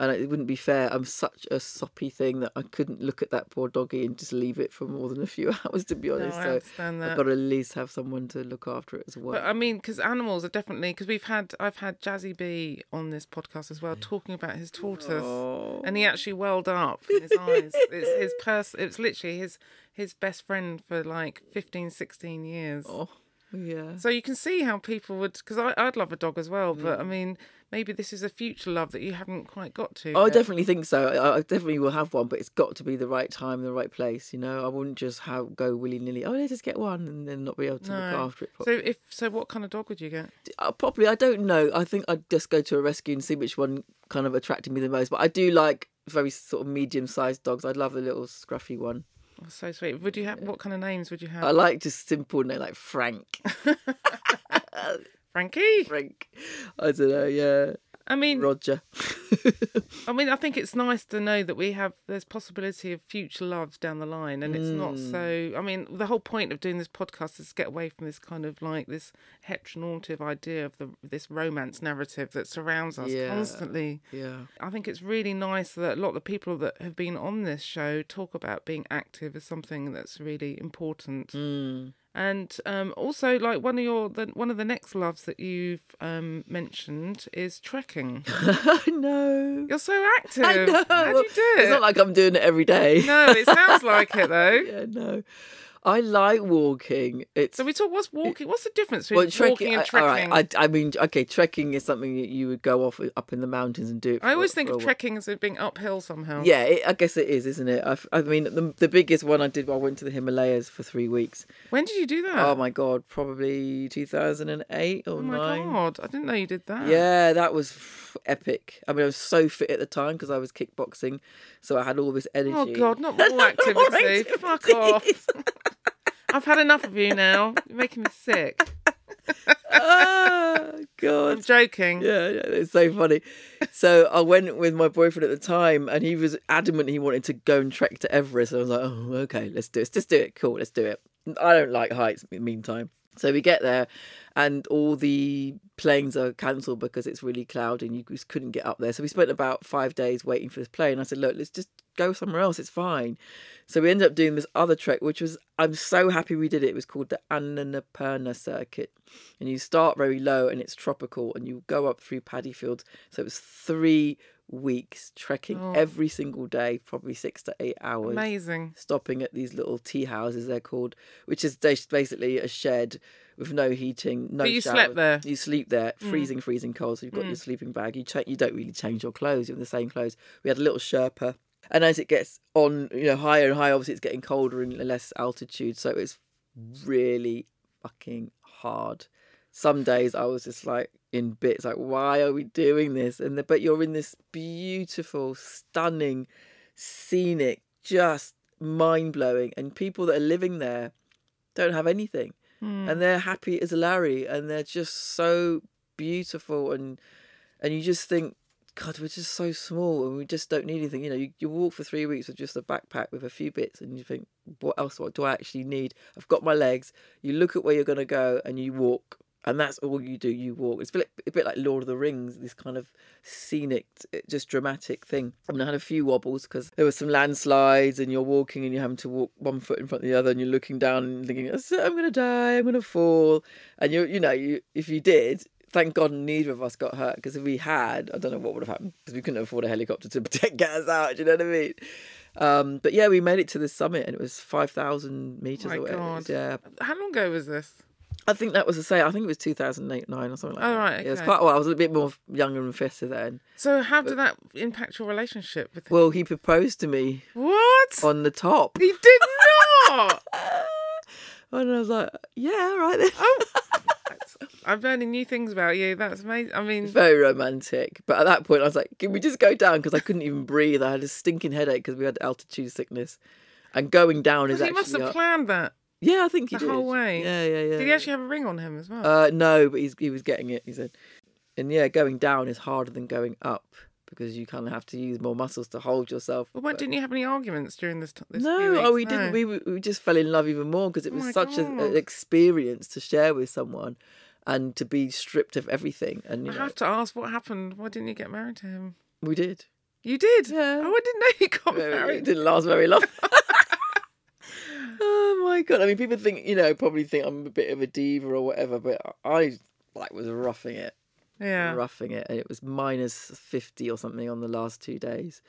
[SPEAKER 3] and it wouldn't be fair. I'm such a soppy thing that I couldn't look at that poor doggy and just leave it for more than a few hours. To be honest,
[SPEAKER 2] I
[SPEAKER 3] so
[SPEAKER 2] understand that.
[SPEAKER 3] I've got to at least have someone to look after it as well.
[SPEAKER 2] But uh, I mean, because animals are definitely because we've had I've had Jazzy B on this podcast as well talking about his tortoise, and he actually welled up in his eyes. It's his pers- It's literally his his best friend for like 15, 16 years.
[SPEAKER 3] oh, yeah.
[SPEAKER 2] So you can see how people would because I'd love a dog as well, but I
[SPEAKER 3] Mm.
[SPEAKER 2] mean, maybe this is a future love that you haven't quite got to.
[SPEAKER 3] I
[SPEAKER 2] yet.
[SPEAKER 3] definitely think so. I, I definitely will have one, but it's got to be the right time, the right place. You know, I wouldn't just have, go willy nilly. Oh, let's just get one and then not be able to
[SPEAKER 2] No.
[SPEAKER 3] look after it.
[SPEAKER 2] uh, So
[SPEAKER 3] Properly.
[SPEAKER 2] if so, what kind of dog would you get?
[SPEAKER 3] uh, probably, I don't know. I think I'd just go to a rescue and see which one kind of attracted me the most. But I do like very sort of medium-sized dogs. I'd love the little scruffy one.
[SPEAKER 2] Oh, so sweet. Would you have what kind of names would you have?
[SPEAKER 3] I like just simple, no, like Frank,
[SPEAKER 2] Frankie.
[SPEAKER 3] Frank. I don't know. Yeah,
[SPEAKER 2] I mean,
[SPEAKER 3] Roger.
[SPEAKER 2] I mean, I think it's nice to know that we have there's possibility of future loves down the line, and it's not so. I mean, the whole point of doing this podcast is to get away from this kind of like this heteronormative idea of the this romance narrative that surrounds us
[SPEAKER 3] Yeah.
[SPEAKER 2] constantly.
[SPEAKER 3] yeah.
[SPEAKER 2] I think it's really nice that a lot of the people that have been on this show talk about being active as something that's really important. And um, also, like one of your the, one of the next loves that you've um, mentioned is trekking.
[SPEAKER 3] I know.
[SPEAKER 2] You're so active.
[SPEAKER 3] I know.
[SPEAKER 2] How do you do it?
[SPEAKER 3] It's not like I'm doing it every day.
[SPEAKER 2] no, it sounds like it though.
[SPEAKER 3] yeah, no. I like walking. It's
[SPEAKER 2] So we talk. What's walking? What's the difference between
[SPEAKER 3] well,
[SPEAKER 2] walking
[SPEAKER 3] trekking.
[SPEAKER 2] and
[SPEAKER 3] I, all right,
[SPEAKER 2] trekking? I,
[SPEAKER 3] I, I mean, okay, trekking is something that you would go off uh, up in the mountains and do.
[SPEAKER 2] always
[SPEAKER 3] for-
[SPEAKER 2] think
[SPEAKER 3] for
[SPEAKER 2] of
[SPEAKER 3] a while.
[SPEAKER 2] trekking as it being uphill somehow.
[SPEAKER 3] Oh, Yeah, it, I guess it is, isn't it? I, f- I mean, the, the biggest one I did, I went to the Himalayas for three weeks.
[SPEAKER 2] When did you do that?
[SPEAKER 3] Oh my god, probably 2008 or
[SPEAKER 2] Oh my
[SPEAKER 3] nine.
[SPEAKER 2] god! I didn't know you did that.
[SPEAKER 3] Yeah, that was f- epic. I mean, I was so fit at the time because I was kickboxing, so I had all this energy.
[SPEAKER 2] Oh god! Not more activity. Fuck off! I've had enough of you now. You're making me sick.
[SPEAKER 3] oh
[SPEAKER 2] I'm
[SPEAKER 3] god.
[SPEAKER 2] joking.
[SPEAKER 3] Yeah, yeah, it's so funny. So I went with my boyfriend at the time, and he was adamant he wanted to go and trek to Everest. And I was like, oh, okay, let's do it. Let's just do it. Cool, let's do it. I don't like heights. In the meantime, So we get there, and all the planes are cancelled because it's really cloudy and you just couldn't get up there. So we spent about five days waiting for this plane. I said, Look, let's just go somewhere else. It's fine. So we ended up doing this other trek, which was, I'm so happy we did it. It was called the Annapurna Circuit. And you start very low and it's tropical and you go up through paddy fields. So it was three weeks trekking every single day, probably six to eight hours
[SPEAKER 2] Amazing.
[SPEAKER 3] stopping at these little tea houses they're called, which is bas- basically a shed with no heating, no.
[SPEAKER 2] But you
[SPEAKER 3] shower.
[SPEAKER 2] slept there. Mm.
[SPEAKER 3] You sleep there, freezing, freezing cold. So you've got your sleeping bag. You cha- you don't really change your clothes. You're in the same clothes. We had a little Sherpa, and as it gets on, you know, higher and higher, obviously it's getting colder and less altitude. So it's really fucking hard. Some days I was just like in bits, like why are we doing this? And the, but you're in this beautiful, stunning scenic, just mind blowing. And people that are living there don't have anything. And they're happy as a Larry and they're just so beautiful and and you just think, God, we're just so small and we just don't need anything. You know, you, you walk for three weeks with just a backpack with a few bits and you think, What else what do I actually need? I've got my legs. You look at where you're gonna go and you walk. And that's all you do. You walk. It's a bit, a bit like Lord of the Rings, this kind of scenic, t- just dramatic thing. I mean, I had a few wobbles because there were some landslides, and you're walking and you're having to walk one foot in front of the other, and you're looking down and thinking, "That's it, I'm going to die, I'm going to fall. And you, you know, you, if you did, thank God neither of us got hurt because if we had, I don't know what would have happened because we couldn't afford a helicopter to get us out. Do you know what I mean? Um, but yeah, we made it to the summit, and it was five thousand meters.
[SPEAKER 2] My
[SPEAKER 3] or whatever it
[SPEAKER 2] God.
[SPEAKER 3] was, Yeah,
[SPEAKER 2] How long ago was this?
[SPEAKER 3] I think that was the same. I think it was 2008, 9 or something like
[SPEAKER 2] Oh,
[SPEAKER 3] that.
[SPEAKER 2] right,
[SPEAKER 3] Yeah, it was
[SPEAKER 2] okay.
[SPEAKER 3] quite a while. I was a bit more younger and fitter then.
[SPEAKER 2] So how did that impact your relationship with him?
[SPEAKER 3] Well, he proposed to me
[SPEAKER 2] What?
[SPEAKER 3] on the top.
[SPEAKER 2] He did not.
[SPEAKER 3] And I was like, yeah, all right then.
[SPEAKER 2] I'm learning new things about you. That's amazing. I mean,
[SPEAKER 3] Very romantic. But at that point, I was like, can we just go down? Because I couldn't even breathe. I had a stinking headache because we had altitude sickness. And going down is
[SPEAKER 2] he
[SPEAKER 3] actually.
[SPEAKER 2] must have
[SPEAKER 3] hard.
[SPEAKER 2] planned that.
[SPEAKER 3] yeah, I think he
[SPEAKER 2] the
[SPEAKER 3] did.
[SPEAKER 2] whole way.
[SPEAKER 3] Yeah, yeah, yeah.
[SPEAKER 2] Did he actually have a ring on him as well?
[SPEAKER 3] Uh, no, but he's, he was getting it. He said, and yeah, going down is harder than going up because you kind of have to use more muscles to hold yourself.
[SPEAKER 2] well, why
[SPEAKER 3] but-
[SPEAKER 2] didn't you have any arguments during this? T- this few
[SPEAKER 3] No, oh,
[SPEAKER 2] weeks? Oh
[SPEAKER 3] we didn't. We, were- we just fell in love even more because it was
[SPEAKER 2] my
[SPEAKER 3] such a,
[SPEAKER 2] God.
[SPEAKER 3] an experience to share with someone and to be stripped of everything. And you
[SPEAKER 2] I
[SPEAKER 3] know,
[SPEAKER 2] have to ask what happened. Why didn't you get married to him?
[SPEAKER 3] we did.
[SPEAKER 2] You did.
[SPEAKER 3] Yeah.
[SPEAKER 2] Oh, I didn't know you got
[SPEAKER 3] Very- It
[SPEAKER 2] married.
[SPEAKER 3] didn't last very long. oh my god! I mean, people think you know probably think I'm a bit of a diva or whatever, but I like was roughing it,
[SPEAKER 2] Yeah.
[SPEAKER 3] roughing it, and it was minus fifty or something on the last two days.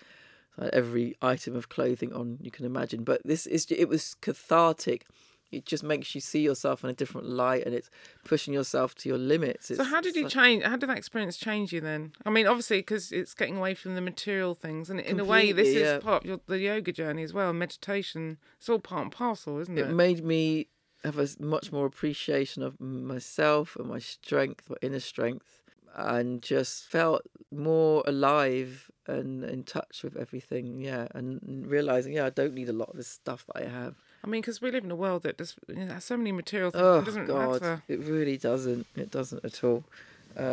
[SPEAKER 3] So I had every item of clothing on you can imagine, but this is it was cathartic. It just makes you see yourself in a different light, and it's pushing yourself to your limits.
[SPEAKER 2] So
[SPEAKER 3] It's-
[SPEAKER 2] how did
[SPEAKER 3] it's
[SPEAKER 2] you
[SPEAKER 3] like-
[SPEAKER 2] change? How did that experience change you then? I mean, obviously, because it's getting away from the material things, and in a way, this
[SPEAKER 3] Completely, yeah.
[SPEAKER 2] is part of your, the yoga journey as well. Meditation. It's all part and parcel, isn't it?
[SPEAKER 3] it made me have a s- much more appreciation of myself and my strength, my inner strength, and just felt more alive and in touch with everything. Yeah, and realizing, yeah, I don't need a lot of this stuff that I have.
[SPEAKER 2] I mean, because we live in a world that just you know, has so many material things.
[SPEAKER 3] Oh
[SPEAKER 2] it doesn't
[SPEAKER 3] God,
[SPEAKER 2] matter.
[SPEAKER 3] it really doesn't. It doesn't at all.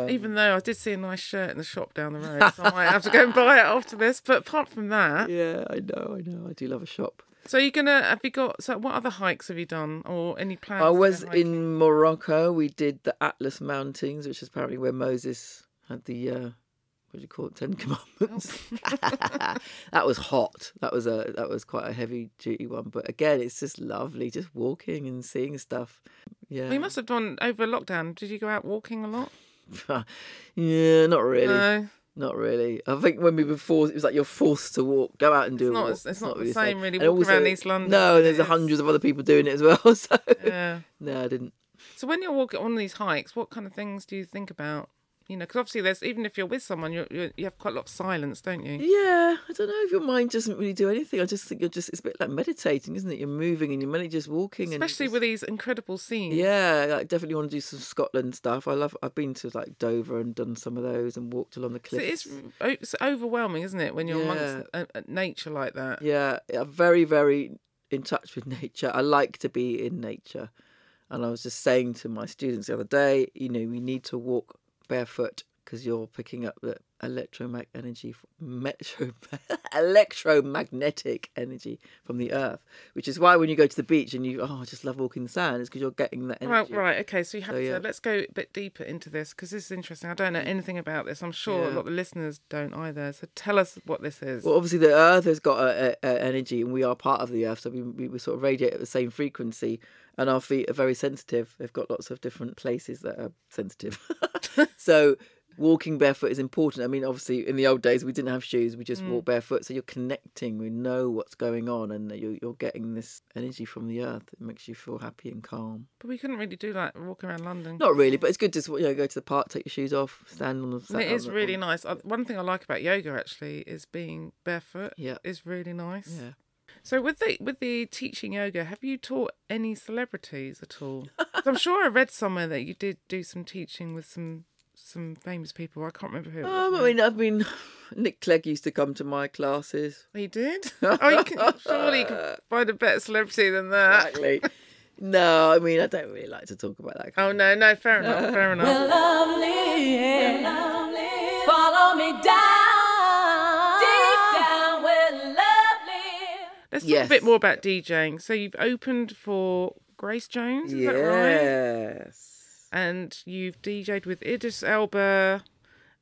[SPEAKER 2] Even though I did see a nice shirt in the shop down the road, so I might have to go and buy it after this. But apart from that,
[SPEAKER 3] Yeah, I know, I know. I do love a shop.
[SPEAKER 2] so you're gonna have you got? So what other hikes have you done, or any plans?
[SPEAKER 3] I
[SPEAKER 2] to go
[SPEAKER 3] was
[SPEAKER 2] hiking?
[SPEAKER 3] in Morocco. We did the Atlas Mountains, which is apparently where Moses had the uh, what do you call it, Ten Commandments.
[SPEAKER 2] Oh.
[SPEAKER 3] that was hot. That was a that was quite a heavy duty one. But again, it's just lovely, just walking and seeing stuff. Yeah,
[SPEAKER 2] We must have done over lockdown. Did you go out walking a lot?
[SPEAKER 3] yeah, not really,
[SPEAKER 2] No,
[SPEAKER 3] not really. I think when we were forced, it was like you're forced to walk, go out and do
[SPEAKER 2] It's
[SPEAKER 3] a
[SPEAKER 2] not
[SPEAKER 3] walk.
[SPEAKER 2] as- it's not the same, really, walking
[SPEAKER 3] also-
[SPEAKER 2] around East London
[SPEAKER 3] No,
[SPEAKER 2] as it
[SPEAKER 3] there's
[SPEAKER 2] is.
[SPEAKER 3] hundreds of other people doing it as well. So
[SPEAKER 2] yeah.
[SPEAKER 3] no, I didn't.
[SPEAKER 2] So when you're walking on these hikes, what kind of things do you think about? You know, because obviously there's even if you're with someone, you you you have quite a lot of silence, don't you?
[SPEAKER 3] Yeah, I don't know if your mind doesn't really do anything. I just think you're just it's a bit like meditating, isn't it? You're moving and you're mainly just walking and
[SPEAKER 2] Especially
[SPEAKER 3] just-
[SPEAKER 2] with these incredible scenes.
[SPEAKER 3] Yeah, I definitely want to do some Scotland stuff. I love I've been to like Dover and done some of those and walked along the
[SPEAKER 2] So
[SPEAKER 3] cliffs.
[SPEAKER 2] it is o- it's overwhelming, isn't it, when you're
[SPEAKER 3] Yeah.
[SPEAKER 2] amongst uh, uh, nature like that?
[SPEAKER 3] Yeah, I'm very, very in touch with nature. I like to be in nature. And I was just saying to my students the other day, you know, we need to walk barefoot because you're picking up the electromagnetic energy, f- metro, electromagnetic energy from the earth, which is why when you go to the beach and you oh, I just love walking the sand, it's because you're getting that
[SPEAKER 2] Right,
[SPEAKER 3] energy.
[SPEAKER 2] right, okay. So you have
[SPEAKER 3] So, yeah.
[SPEAKER 2] to let's go a bit deeper into this because this is interesting. I don't know anything about this. I'm sure a
[SPEAKER 3] Yeah.
[SPEAKER 2] lot of the listeners don't either. So tell us what this is.
[SPEAKER 3] Well, obviously the Earth has got a, a, a energy, and we are part of the Earth, so we, we, we sort of radiate at the same frequency, and our feet are very sensitive. They've got lots of different places that are sensitive. so walking barefoot is important. I mean, obviously in the old days we didn't have shoes; we
[SPEAKER 2] Mm.
[SPEAKER 3] just walked barefoot. So you're connecting. We know what's going on, and that you're you're getting this energy from the Earth. It makes you feel happy and calm.
[SPEAKER 2] but we couldn't really do like walking around London.
[SPEAKER 3] Not really, but it's good to you know go to the park, take your shoes off, stand on the.
[SPEAKER 2] And
[SPEAKER 3] sand.
[SPEAKER 2] it is really nice. I, one thing I like about yoga actually is being barefoot.
[SPEAKER 3] Yeah.
[SPEAKER 2] is really nice.
[SPEAKER 3] Yeah.
[SPEAKER 2] So with the with the teaching yoga, have you taught any celebrities at all? 'Cause I'm sure I read somewhere that you did do some teaching with some some famous people. I can't remember who. It was.
[SPEAKER 3] Um, I mean, I've been. Nick Clegg used to come to my classes.
[SPEAKER 2] He did. Oh, you can surely you can find a better celebrity than that.
[SPEAKER 3] exactly. No, I mean I don't really like to talk about that. Kind
[SPEAKER 2] Oh no, no, fair
[SPEAKER 3] Uh,
[SPEAKER 2] enough, fair enough.
[SPEAKER 1] Follow me down, deep down where love lives.
[SPEAKER 2] Let's talk a
[SPEAKER 3] Yes.
[SPEAKER 2] bit more about DJing. So you've opened for Grace Jones, is
[SPEAKER 3] of.
[SPEAKER 2] that right?
[SPEAKER 3] Yes.
[SPEAKER 2] And you've DJ'd with Idris Elba,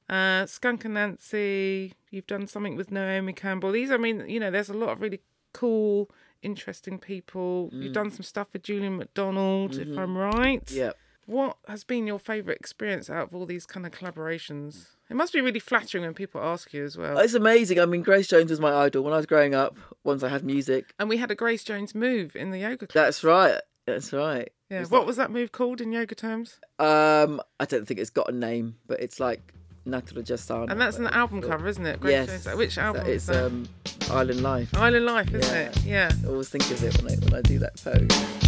[SPEAKER 2] uh, Skunk and Nancy. You've done something with Naomi Campbell. These, I mean, you know, there's a lot of really cool, interesting people. You've
[SPEAKER 3] Mm.
[SPEAKER 2] done some stuff with Julian McDonald,
[SPEAKER 3] Mm-hmm.
[SPEAKER 2] if I'm right.
[SPEAKER 3] Yep.
[SPEAKER 2] What has been your favourite experience out of all these kind of collaborations? It must be really flattering when people ask you as well.
[SPEAKER 3] It's amazing. I mean, Grace Jones was my idol when I was growing up. Once I had music.
[SPEAKER 2] And we had a Grace Jones move in the yoga class.
[SPEAKER 3] That's right. That's right.
[SPEAKER 2] Yeah. What was that move called in yoga terms?
[SPEAKER 3] Um, I don't think it's got a name, but it's like Natura Jasana.
[SPEAKER 2] And that's an album cover, isn't it? Grace
[SPEAKER 3] Yes.
[SPEAKER 2] Jones. Which album
[SPEAKER 3] It's
[SPEAKER 2] is that?
[SPEAKER 3] um, Island Life. I
[SPEAKER 2] Island Life, isn't
[SPEAKER 3] yeah.
[SPEAKER 2] it? Yeah.
[SPEAKER 3] always think of it when I when I do that pose.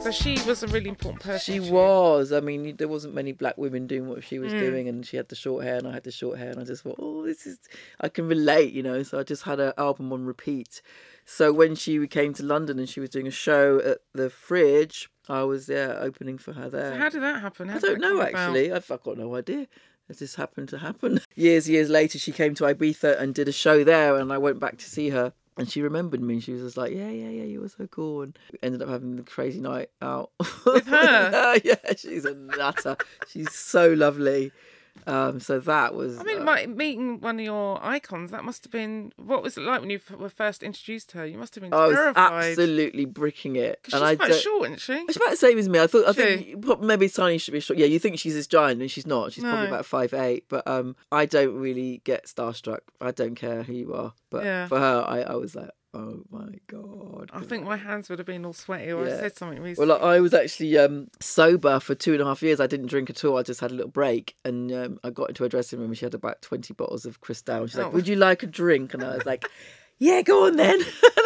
[SPEAKER 2] So she was a really important person.
[SPEAKER 3] She
[SPEAKER 2] to you.
[SPEAKER 3] was. I mean, there wasn't many black women doing what she was doing, and she had the short hair, and I had the short hair, and I just thought, oh, this is, I can relate, you know. So I just had her album on repeat. So when she came to London and she was doing a show at the Fridge, I was there opening for her there.
[SPEAKER 2] How did that happen? How
[SPEAKER 3] I
[SPEAKER 2] did that
[SPEAKER 3] don't know
[SPEAKER 2] come about?
[SPEAKER 3] actually. I've, I've got no idea. It just happened to happen. Years, years later, she came to Ibiza and did a show there, and I went back to see her. And she remembered me. and She was just like, "Yeah, yeah, yeah, you were so cool." And we ended up having the crazy night out with
[SPEAKER 2] her?
[SPEAKER 3] yeah, she's a nutter. she's so lovely. Um, so that was.
[SPEAKER 2] I mean,
[SPEAKER 3] uh,
[SPEAKER 2] my, meeting one of your icons, that must have been. What was it like when you f- were first introduced to her? You must have been
[SPEAKER 3] I was
[SPEAKER 2] terrified.
[SPEAKER 3] absolutely bricking it,
[SPEAKER 2] 'Cause
[SPEAKER 3] and
[SPEAKER 2] she's
[SPEAKER 3] I
[SPEAKER 2] quite
[SPEAKER 3] don't-
[SPEAKER 2] short, isn't she?
[SPEAKER 3] She's about the same as me. I thought. I
[SPEAKER 2] True.
[SPEAKER 3] think prob- maybe Tiny should be short. Yeah, you think she's this giant, and she's not. She's probably
[SPEAKER 2] No.
[SPEAKER 3] about five eight. But um, I don't really get starstruck. I don't care who you are. But
[SPEAKER 2] Yeah.
[SPEAKER 3] for her, I, I was like, oh my god.
[SPEAKER 2] I think my hands would have been all sweaty, or I
[SPEAKER 3] Yeah.
[SPEAKER 2] said something recently.
[SPEAKER 3] Well, like, I was actually um, sober for two and a half years. I didn't drink at all. I just had a little break, and um, I got into her dressing room, and she had about twenty bottles of Cristal. And she's
[SPEAKER 2] Oh.
[SPEAKER 3] like, "Would you like a drink?" And I was like, "Yeah, go on then."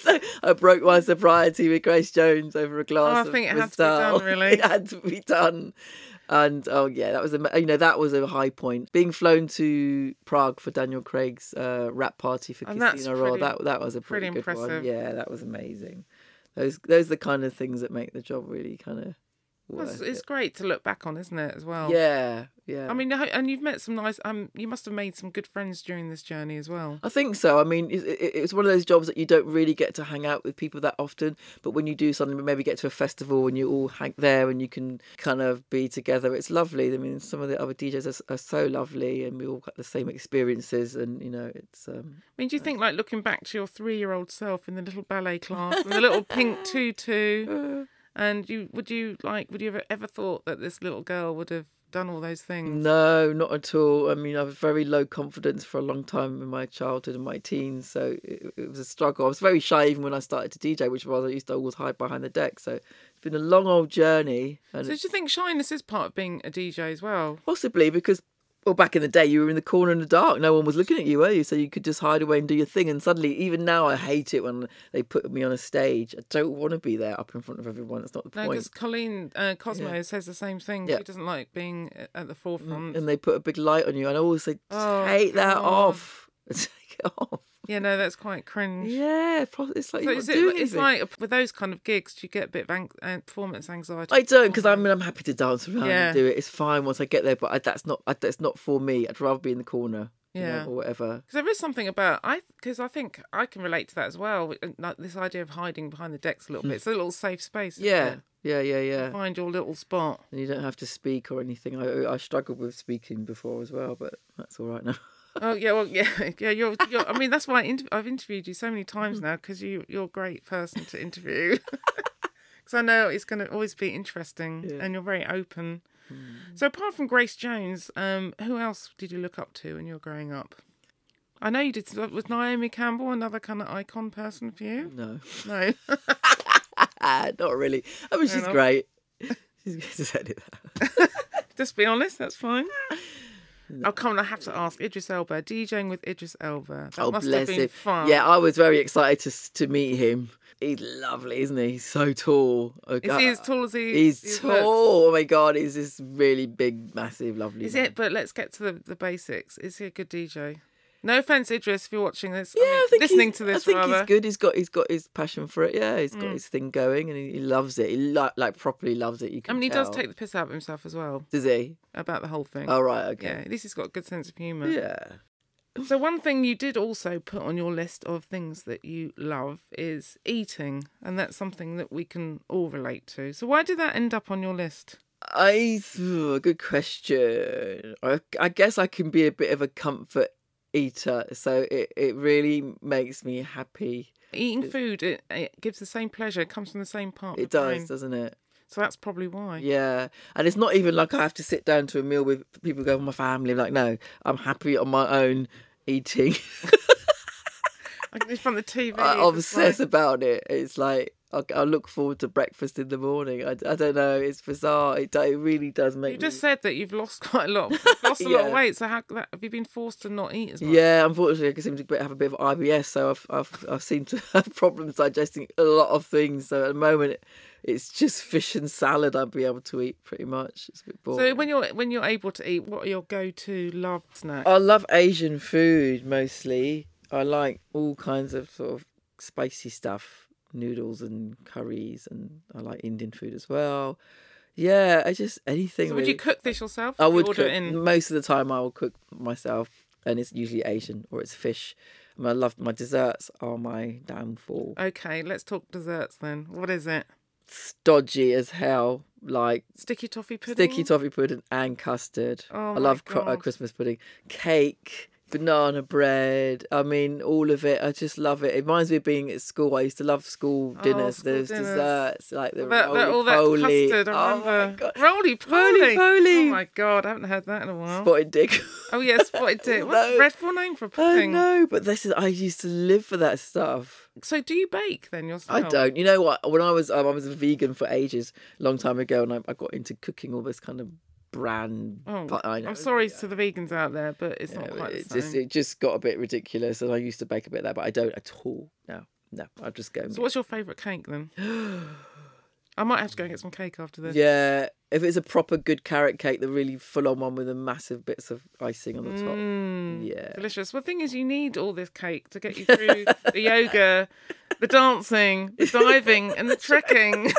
[SPEAKER 3] so I broke my sobriety with Grace Jones over a glass.
[SPEAKER 2] Oh, I
[SPEAKER 3] of
[SPEAKER 2] think it had to be
[SPEAKER 3] Cristal.
[SPEAKER 2] done, really.
[SPEAKER 3] it had to be done. And oh yeah, that was a you know that was a high point. Being flown to Prague for Daniel Craig's uh, rap party for
[SPEAKER 2] And that's
[SPEAKER 3] Casino Royale
[SPEAKER 2] pretty-
[SPEAKER 3] that that was a
[SPEAKER 2] pretty
[SPEAKER 3] pretty, good
[SPEAKER 2] impressive.
[SPEAKER 3] one. Yeah, that was amazing those those are the kind of things that make the job really kind of
[SPEAKER 2] it's,
[SPEAKER 3] worth
[SPEAKER 2] it's
[SPEAKER 3] it.
[SPEAKER 2] great to look back on, isn't it, as well?
[SPEAKER 3] Yeah, yeah.
[SPEAKER 2] I mean, I- and you've met some nice. Um, you must have made some good friends during this journey as well.
[SPEAKER 3] I think so. I mean, it, it, it's one of those jobs that you don't really get to hang out with people that often. But when you do something, maybe get to a festival and you all hang there and you can kind of be together. It's lovely. I mean, some of the other DJs are, s- are so lovely, and we all got the same experiences. And you know, it's um,
[SPEAKER 2] I mean, do you think, like, looking back to your three-year-old self in the little ballet class and the little pink
[SPEAKER 3] Uh.
[SPEAKER 2] tutu, and you would you like would you have ever thought that this little girl would have done all those things?
[SPEAKER 3] No, not at all. I mean, I have very low confidence for a long time in my childhood and my teens, so it, it was a struggle. I was very shy even when I started to DJ, which was I used to always hide behind the deck. So it's been a long old journey, and
[SPEAKER 2] So do you think shyness is part of being a DJ as well?
[SPEAKER 3] possibly because well, back in the day, you were in the corner in the dark. No one was looking at you, were you? So you could just hide away and do your thing. And suddenly, even now, I hate it when they put me on a stage. I don't want to be there up in front of everyone. That's not the
[SPEAKER 2] No,
[SPEAKER 3] point.
[SPEAKER 2] because Colleen uh, Cosmo says the same thing.
[SPEAKER 3] Yeah. Mm,
[SPEAKER 2] She doesn't like being uh, at the forefront.
[SPEAKER 3] And they put a big light on you, and I always say, take
[SPEAKER 2] Oh,
[SPEAKER 3] that
[SPEAKER 2] God.
[SPEAKER 3] off. Take it off.
[SPEAKER 2] Yeah, no, that's quite cringe.
[SPEAKER 3] Yeah, pro- it's like
[SPEAKER 2] So
[SPEAKER 3] you're not
[SPEAKER 2] is it,
[SPEAKER 3] doing
[SPEAKER 2] it's
[SPEAKER 3] anything.
[SPEAKER 2] like with those kind of gigs, do you get a bit of an- uh, performance anxiety?
[SPEAKER 3] I don't because I mean I'm happy to dance around
[SPEAKER 2] Yeah.
[SPEAKER 3] and do it. It's fine once I get there, but I, that's not I, that's not for me. I'd rather be in the corner, you know,
[SPEAKER 2] Yeah.
[SPEAKER 3] or whatever.
[SPEAKER 2] Because there is something about I because I think I can relate to that as well. uh, Like this idea of hiding behind the decks a little bit. It's a little safe space. isn't
[SPEAKER 3] Hmm. Yeah,
[SPEAKER 2] it?
[SPEAKER 3] yeah, yeah, yeah.
[SPEAKER 2] Find your little spot.
[SPEAKER 3] And you don't have to speak or anything. I I struggled with speaking before as well, but that's all right now.
[SPEAKER 2] Oh yeah, well yeah, yeah. You're, you're I mean, that's why I inter- I've interviewed you so many
[SPEAKER 3] Mm.
[SPEAKER 2] times now because you you're a great person to interview. Because I know it's going to always be interesting,
[SPEAKER 3] Yeah. Mm.
[SPEAKER 2] and you're very open. So apart from Grace Jones, um, who else did you look up to when you were growing up? I know you did. Was Naomi Campbell another kind of icon person for you?
[SPEAKER 3] No,
[SPEAKER 2] No.
[SPEAKER 3] Ah, not really. I mean, she's
[SPEAKER 2] enough.
[SPEAKER 3] great. She's just edit that.
[SPEAKER 2] Just be honest, that's fine. Oh come on! I have to ask Idris Elba. DJing with Idris Elba. That
[SPEAKER 3] Oh,
[SPEAKER 2] must have
[SPEAKER 3] bless
[SPEAKER 2] been
[SPEAKER 3] him.
[SPEAKER 2] fun.
[SPEAKER 3] Yeah, I was very excited to s- to meet him. He's lovely, isn't he? He's so tall. Oh, I
[SPEAKER 2] Is
[SPEAKER 3] go-
[SPEAKER 2] he as tall as he?
[SPEAKER 3] uh, He's
[SPEAKER 2] he looks?
[SPEAKER 3] tall. Oh my god, he's this really big, massive, lovely.
[SPEAKER 2] Is
[SPEAKER 3] man.
[SPEAKER 2] it? But let's get to the, the basics. Is he a good DJ? No offense, Idris, if you're watching this.
[SPEAKER 3] Yeah, I,
[SPEAKER 2] mean,
[SPEAKER 3] think
[SPEAKER 2] listening
[SPEAKER 3] he's-
[SPEAKER 2] to this
[SPEAKER 3] I think
[SPEAKER 2] rather. Mm.
[SPEAKER 3] he's good. He's got he's got his passion for it. Yeah, he's got his thing going, and he, he loves it. He li- like properly loves it. You
[SPEAKER 2] I
[SPEAKER 3] can.
[SPEAKER 2] mean, he does
[SPEAKER 3] tell.
[SPEAKER 2] take the piss out of himself as well
[SPEAKER 3] Does he?
[SPEAKER 2] about the whole thing.
[SPEAKER 3] All right. Oh, Okay.
[SPEAKER 2] Yeah, at least he's got a good sense of humour.
[SPEAKER 3] Yeah.
[SPEAKER 2] So one thing you did also put on your list of things that you love is eating, and that's something that we can all relate to. So why did that end up on your list?
[SPEAKER 3] I ooh, good question. I I guess I can be a bit of a comfort eater, so it it really makes me happy.
[SPEAKER 2] Eating food, it, it gives the same pleasure. It comes from the same part. Of
[SPEAKER 3] It
[SPEAKER 2] the
[SPEAKER 3] does,
[SPEAKER 2] brain.
[SPEAKER 3] doesn't it?
[SPEAKER 2] So that's probably why.
[SPEAKER 3] Yeah, and it's not even like I have to sit down to a meal with people go "Oh, my family. Like, no, I'm happy on my own eating.
[SPEAKER 2] Like, in front of the TV.
[SPEAKER 3] I
[SPEAKER 2] it's like-
[SPEAKER 3] obsess about it. It's like I, I look forward to breakfast in the morning. I, I don't know. It's bizarre. It, do- it really does make
[SPEAKER 2] You
[SPEAKER 3] me.
[SPEAKER 2] just said that you've lost quite a lot, you've lost a lot of
[SPEAKER 3] Yeah.
[SPEAKER 2] weight. So how that, have you been forced to not eat as much?
[SPEAKER 3] Yeah, unfortunately, I can seem to bit- have a bit of IBS, so I've I've I've seemed to have problems digesting a lot of things. So at the moment, it's just fish and salad. I'd be able to eat pretty much. It's a bit boring.
[SPEAKER 2] So when you're when you're able to eat, what are your go-to love snacks?
[SPEAKER 3] I love Asian food mostly. I like all kinds of sort of spicy stuff, noodles and curries, and I like Indian food as well. Yeah, I just anything.
[SPEAKER 2] so would you
[SPEAKER 3] really.
[SPEAKER 2] cook this yourself?
[SPEAKER 3] I
[SPEAKER 2] Or do you
[SPEAKER 3] would
[SPEAKER 2] order
[SPEAKER 3] cook
[SPEAKER 2] it in.
[SPEAKER 3] most of the time. I will cook myself, and it's usually Asian or it's fish. And I love my desserts are my downfall.
[SPEAKER 2] Okay, let's talk desserts then. What is it?
[SPEAKER 3] It's dodgy as hell, like
[SPEAKER 2] Sticky toffee pudding.
[SPEAKER 3] sticky toffee pudding and custard.
[SPEAKER 2] Oh
[SPEAKER 3] I
[SPEAKER 2] my
[SPEAKER 3] love cro- uh,
[SPEAKER 2] God.
[SPEAKER 3] Christmas pudding, cake, banana bread. I mean, all of it. I just love it. It reminds me of being at school. I used to love school
[SPEAKER 2] Oh,
[SPEAKER 3] dinners.
[SPEAKER 2] school
[SPEAKER 3] Those
[SPEAKER 2] dinners.
[SPEAKER 3] desserts, like the
[SPEAKER 2] That, that, all that
[SPEAKER 3] roly-poly.
[SPEAKER 2] custard, I
[SPEAKER 3] Oh my
[SPEAKER 2] remember.
[SPEAKER 3] god,
[SPEAKER 2] Roly poly.
[SPEAKER 3] Roly-poly.
[SPEAKER 2] Oh my god, I haven't heard that in a while.
[SPEAKER 3] spotted dick.
[SPEAKER 2] Oh yeah, spotted dip. What's the
[SPEAKER 3] No.
[SPEAKER 2] dreadful name for a
[SPEAKER 3] I
[SPEAKER 2] pudding?
[SPEAKER 3] know, but this is. I used to live for that stuff.
[SPEAKER 2] So do you bake then yourself?
[SPEAKER 3] I don't. You know what? When I was um, I was a vegan for ages, long time ago, and I, I got into cooking all this kind of bran.
[SPEAKER 2] Oh,
[SPEAKER 3] but I know,
[SPEAKER 2] I'm sorry to the vegans out there, but it's
[SPEAKER 3] you
[SPEAKER 2] not
[SPEAKER 3] know,
[SPEAKER 2] quite the
[SPEAKER 3] Oh, it
[SPEAKER 2] same.
[SPEAKER 3] just it just got a bit ridiculous, and I used to bake a bit of that, but I don't at all. No, no, I just go. and
[SPEAKER 2] So what's your favourite cake then? I might have to go and get some cake after
[SPEAKER 3] get-
[SPEAKER 2] this.
[SPEAKER 3] yeah, if it's a proper good carrot cake, the really full on one with the massive bits of icing on the top.
[SPEAKER 2] Mm.
[SPEAKER 3] Yeah.
[SPEAKER 2] Delicious. Well, the thing is, you need all this cake to get you through the yoga, the dancing, the diving, and the trekking.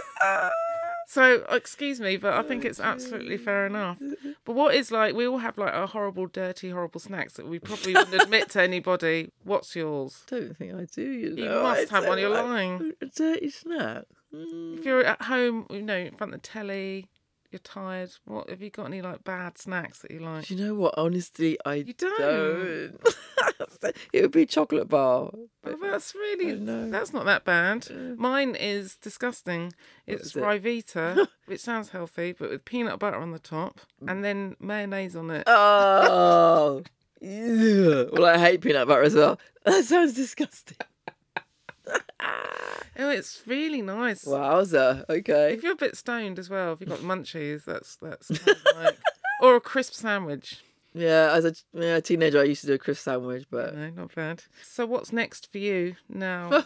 [SPEAKER 2] so, uh, excuse me, but I think it's absolutely fair enough. But what is like, we all have like our horrible, dirty, horrible snacks that we probably wouldn't admit to anybody. What's yours?
[SPEAKER 3] I don't think I do. You know,
[SPEAKER 2] You
[SPEAKER 3] I
[SPEAKER 2] must have one.
[SPEAKER 3] don't
[SPEAKER 2] You're
[SPEAKER 3] like
[SPEAKER 2] lying.
[SPEAKER 3] A dirty snack. Mm.
[SPEAKER 2] If you're at home, you know, in front of the telly, you're tired. What have you got? Any like bad snacks that you like?
[SPEAKER 3] Do you know what? Honestly, I
[SPEAKER 2] You don't.
[SPEAKER 3] don't. it would be a chocolate bar.
[SPEAKER 2] Oh, that's really
[SPEAKER 3] know.
[SPEAKER 2] that's not that bad. Mine is disgusting. It's
[SPEAKER 3] is it?
[SPEAKER 2] Rivita, which sounds healthy, but with peanut butter on the top
[SPEAKER 3] Mm.
[SPEAKER 2] and then mayonnaise on
[SPEAKER 3] Uh.
[SPEAKER 2] it.
[SPEAKER 3] Oh. Ugh. well, I hate peanut butter as well. That sounds disgusting.
[SPEAKER 2] Oh, it's really nice.
[SPEAKER 3] Wowza. Okay.
[SPEAKER 2] If you're a bit stoned as well, if you've got munchies, that's that's kind of like or a crisp sandwich.
[SPEAKER 3] Yeah, as a yeah, teenager, I used to do a crisp sandwich, but
[SPEAKER 2] No, not bad. So what's next for you now?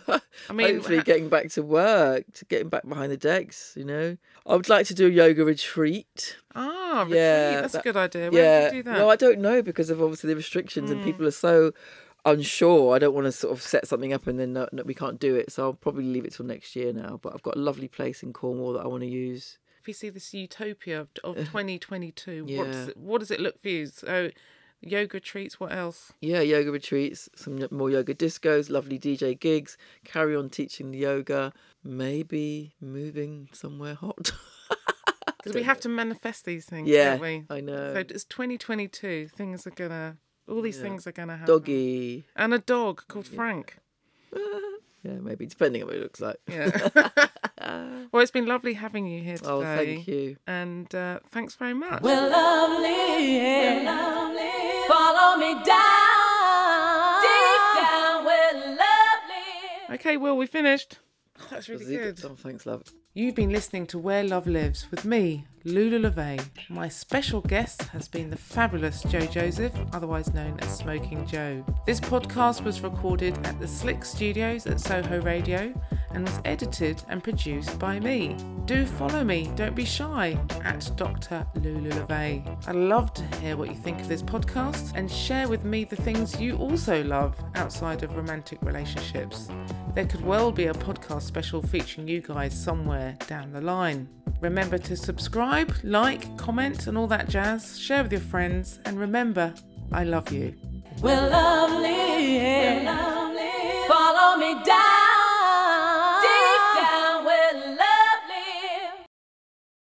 [SPEAKER 2] I mean,
[SPEAKER 3] hopefully
[SPEAKER 2] ha-
[SPEAKER 3] getting back to work, to getting back behind the decks, you know. I would like to do a yoga retreat.
[SPEAKER 2] ah, retreat.
[SPEAKER 3] Yeah,
[SPEAKER 2] that's
[SPEAKER 3] that-
[SPEAKER 2] a good idea. Where
[SPEAKER 3] yeah.
[SPEAKER 2] do you do that? Mm.
[SPEAKER 3] No, I don't know because of obviously the restrictions and people are so unsure. I don't want to sort of set something up and then no, no, we can't do it. So I'll probably leave it till next year now. But I've got a lovely place in Cornwall that I want to use.
[SPEAKER 2] if you see this utopia of, of 2022,
[SPEAKER 3] Uh-huh. Yeah.
[SPEAKER 2] what's, what does it look for you? So, yoga treats. What else?
[SPEAKER 3] Yeah, yoga retreats, some more yoga discos, lovely DJ gigs, carry on teaching the yoga, maybe moving somewhere hot.
[SPEAKER 2] Because we have to manifest these things,
[SPEAKER 3] yeah,
[SPEAKER 2] don't we?
[SPEAKER 3] I know.
[SPEAKER 2] So it's 2022. Things are gonna. All these things are gonna happen.
[SPEAKER 3] Doggy.
[SPEAKER 2] and a dog called Frank.
[SPEAKER 3] Yeah, maybe depending on what it looks like.
[SPEAKER 2] Yeah. well, it's been lovely having you here today.
[SPEAKER 3] Oh, thank you.
[SPEAKER 2] And uh, thanks very much.
[SPEAKER 4] We're lovely, yeah. Follow me down, deep down, we're lovely.
[SPEAKER 2] Okay, Will, we finished. That's really good.
[SPEAKER 3] Oh, thanks, love.
[SPEAKER 2] You've been listening to Where Love Lives with me, Lula LeVay. My special guest has been the fabulous Joe Joseph, otherwise known as Smoking Joe. This podcast was recorded at the Slick Studios at Soho Radio and was edited and produced by me. Do follow me, don't be shy, at Dr. Lulu LeVay. I'd love to hear what you think of this podcast and share with me the things you also love outside of romantic relationships. There could well be a podcast special featuring you guys somewhere down the line. Remember to subscribe, like, comment, and all that jazz. Share with your friends, and remember, I love you.
[SPEAKER 4] We're lovely, yeah.